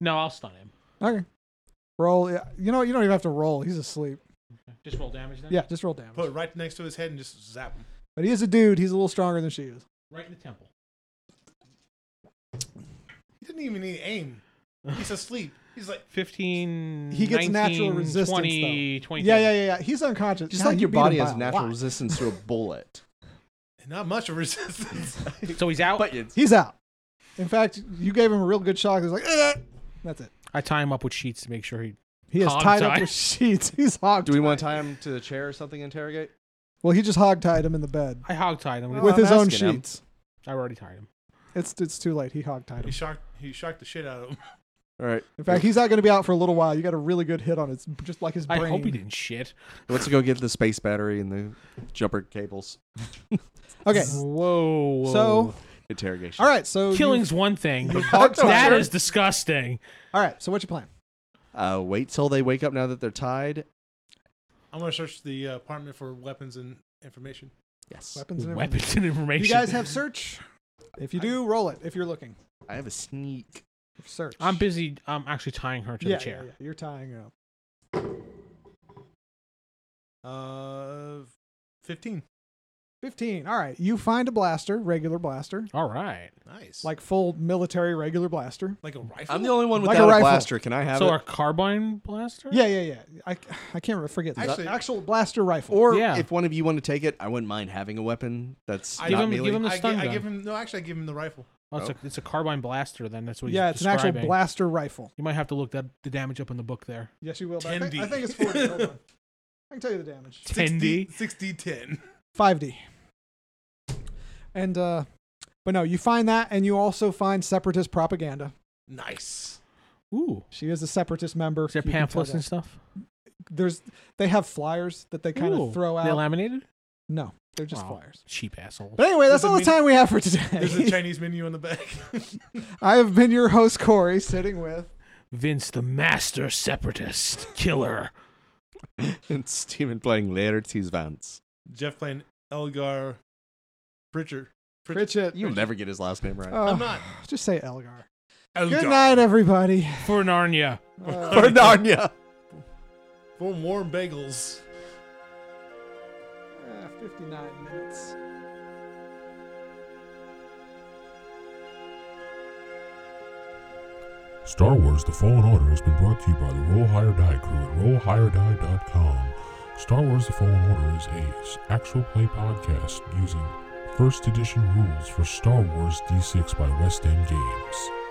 Speaker 2: no! I'll stun him.
Speaker 1: Okay. Roll. yeah, You know, what? you don't even have to roll. He's asleep.
Speaker 2: Just roll damage then.
Speaker 1: Yeah, just roll damage.
Speaker 4: Put it right next to his head and just zap him.
Speaker 1: But he is a dude. He's a little stronger than she is.
Speaker 2: Right in the temple.
Speaker 4: He didn't even need aim. He's asleep. He's like,
Speaker 2: 15.
Speaker 1: He gets natural
Speaker 2: 19,
Speaker 1: resistance,
Speaker 2: 20, 20.
Speaker 1: Yeah, yeah, yeah, yeah. He's unconscious.
Speaker 3: Just
Speaker 1: God,
Speaker 3: like
Speaker 1: you
Speaker 3: your
Speaker 1: beat him
Speaker 3: body
Speaker 1: by
Speaker 3: has
Speaker 1: a
Speaker 3: natural
Speaker 1: lot.
Speaker 3: resistance to a bullet.
Speaker 4: not much of resistance.
Speaker 2: So he's out.
Speaker 3: But it's
Speaker 1: He's out. In fact, you gave him a real good shock. He's like, "Ugh." that's it.
Speaker 2: I tie him up with sheets to make sure he.
Speaker 1: He is
Speaker 2: Hog
Speaker 1: tied up
Speaker 2: tied.
Speaker 1: with sheets. He's hog.
Speaker 3: Do we want to tie him to the chair or something? Interrogate.
Speaker 1: Well, he just hog tied him in the bed
Speaker 2: I hog tied him.
Speaker 3: Well,
Speaker 1: with
Speaker 3: I'm
Speaker 1: his own
Speaker 3: asking him.
Speaker 1: sheets.
Speaker 2: I already tied him.
Speaker 1: It's it's too late. He hog tied
Speaker 4: he
Speaker 1: him.
Speaker 4: shocked. He shocked the shit out of him.
Speaker 3: All right.
Speaker 1: In fact, he's not going to be out for a little while. You got a really good hit on his, just like his brain.
Speaker 2: I hope he didn't shit.
Speaker 3: Let's go get the space battery and the jumper cables.
Speaker 1: Okay.
Speaker 2: Whoa. whoa.
Speaker 1: So,
Speaker 3: Interrogation.
Speaker 1: all right. So you-
Speaker 2: killing's one thing, but
Speaker 1: hog tied
Speaker 2: that
Speaker 1: her.
Speaker 2: is disgusting.
Speaker 1: all right. So what's your plan?
Speaker 3: Uh, wait till they wake up now that they're tied.
Speaker 4: I'm gonna search the uh, apartment for weapons and information.
Speaker 3: Yes.
Speaker 1: Weapons and everything.
Speaker 2: Weapons and information.
Speaker 1: You guys have search. If you do, roll it. If you're looking,
Speaker 3: I have a sneak.
Speaker 1: search.
Speaker 2: I'm busy. I'm actually tying her to
Speaker 1: yeah,
Speaker 2: the chair.
Speaker 1: yeah, yeah. You're tying it up.
Speaker 4: Uh, fifteen.
Speaker 1: Fifteen. All right. You find a blaster, regular blaster,
Speaker 2: All right.
Speaker 4: Nice.
Speaker 1: like full military regular blaster.
Speaker 4: like a rifle.
Speaker 3: I'm the only one
Speaker 1: Like a
Speaker 3: without a,
Speaker 1: rifle.
Speaker 3: blaster. Can I have
Speaker 2: so
Speaker 3: it?
Speaker 2: our carbine blaster.
Speaker 1: Yeah, yeah, yeah. I, I can't re- forget that.
Speaker 4: Actually-
Speaker 1: actual blaster rifle.
Speaker 3: Or
Speaker 2: Yeah.
Speaker 3: if one of you want to take it, I wouldn't mind having a weapon that's not
Speaker 4: I- Give him-
Speaker 3: melee.
Speaker 2: give him the
Speaker 4: I, gi-
Speaker 2: stun
Speaker 4: I
Speaker 2: gun.
Speaker 4: give him. No, actually, I give him the rifle.
Speaker 2: Oh, it's, a, it's a carbine blaster. Then that's what.
Speaker 1: yeah,
Speaker 2: he's
Speaker 1: it's an actual
Speaker 2: describing.
Speaker 1: blaster rifle.
Speaker 2: You might have to look that the damage up in the book there.
Speaker 1: Yes, you will. but I think,
Speaker 4: 10D.
Speaker 1: I think it's forty. Hold on. I can tell you the damage.
Speaker 2: 10D.
Speaker 4: 60, 10.
Speaker 1: Five D. And uh, but no, you find that, and you also find separatist propaganda.
Speaker 4: Nice.
Speaker 2: Ooh.
Speaker 1: She is a separatist member.
Speaker 2: Is there
Speaker 1: You can tell
Speaker 2: pamphlets
Speaker 1: that.
Speaker 2: and stuff?
Speaker 1: There's they have flyers that they kind
Speaker 2: Ooh.
Speaker 1: of throw
Speaker 2: They
Speaker 1: out.
Speaker 2: laminated?
Speaker 1: no, they're just
Speaker 2: Oh,
Speaker 1: flyers.
Speaker 2: Cheap asshole.
Speaker 1: But anyway, that's
Speaker 4: There's
Speaker 1: all
Speaker 4: a
Speaker 1: the
Speaker 4: min-
Speaker 1: time we have for
Speaker 4: There's a
Speaker 1: today.
Speaker 4: Chinese menu on the back.
Speaker 1: I have been your host, Corey, sitting with.
Speaker 2: Vince, the master separatist killer.
Speaker 3: and Steven playing later T's Vance.
Speaker 4: Jeff playing Elgar Pritchard.
Speaker 1: Pritchett.
Speaker 3: You'll never get his last name right.
Speaker 1: Oh,
Speaker 4: I'm not.
Speaker 1: Just say Elgar. Good night, everybody.
Speaker 2: for Narnia.
Speaker 3: For Narnia.
Speaker 4: For warm bagels.
Speaker 1: Uh, 59 minutes.
Speaker 5: Star Wars The Fallen Order has been brought to you by the Roll Higher Die crew at rollhigherdie.com. Star Wars The Fallen Order is a s- actual play podcast using first edition rules for Star Wars D6 by West End Games.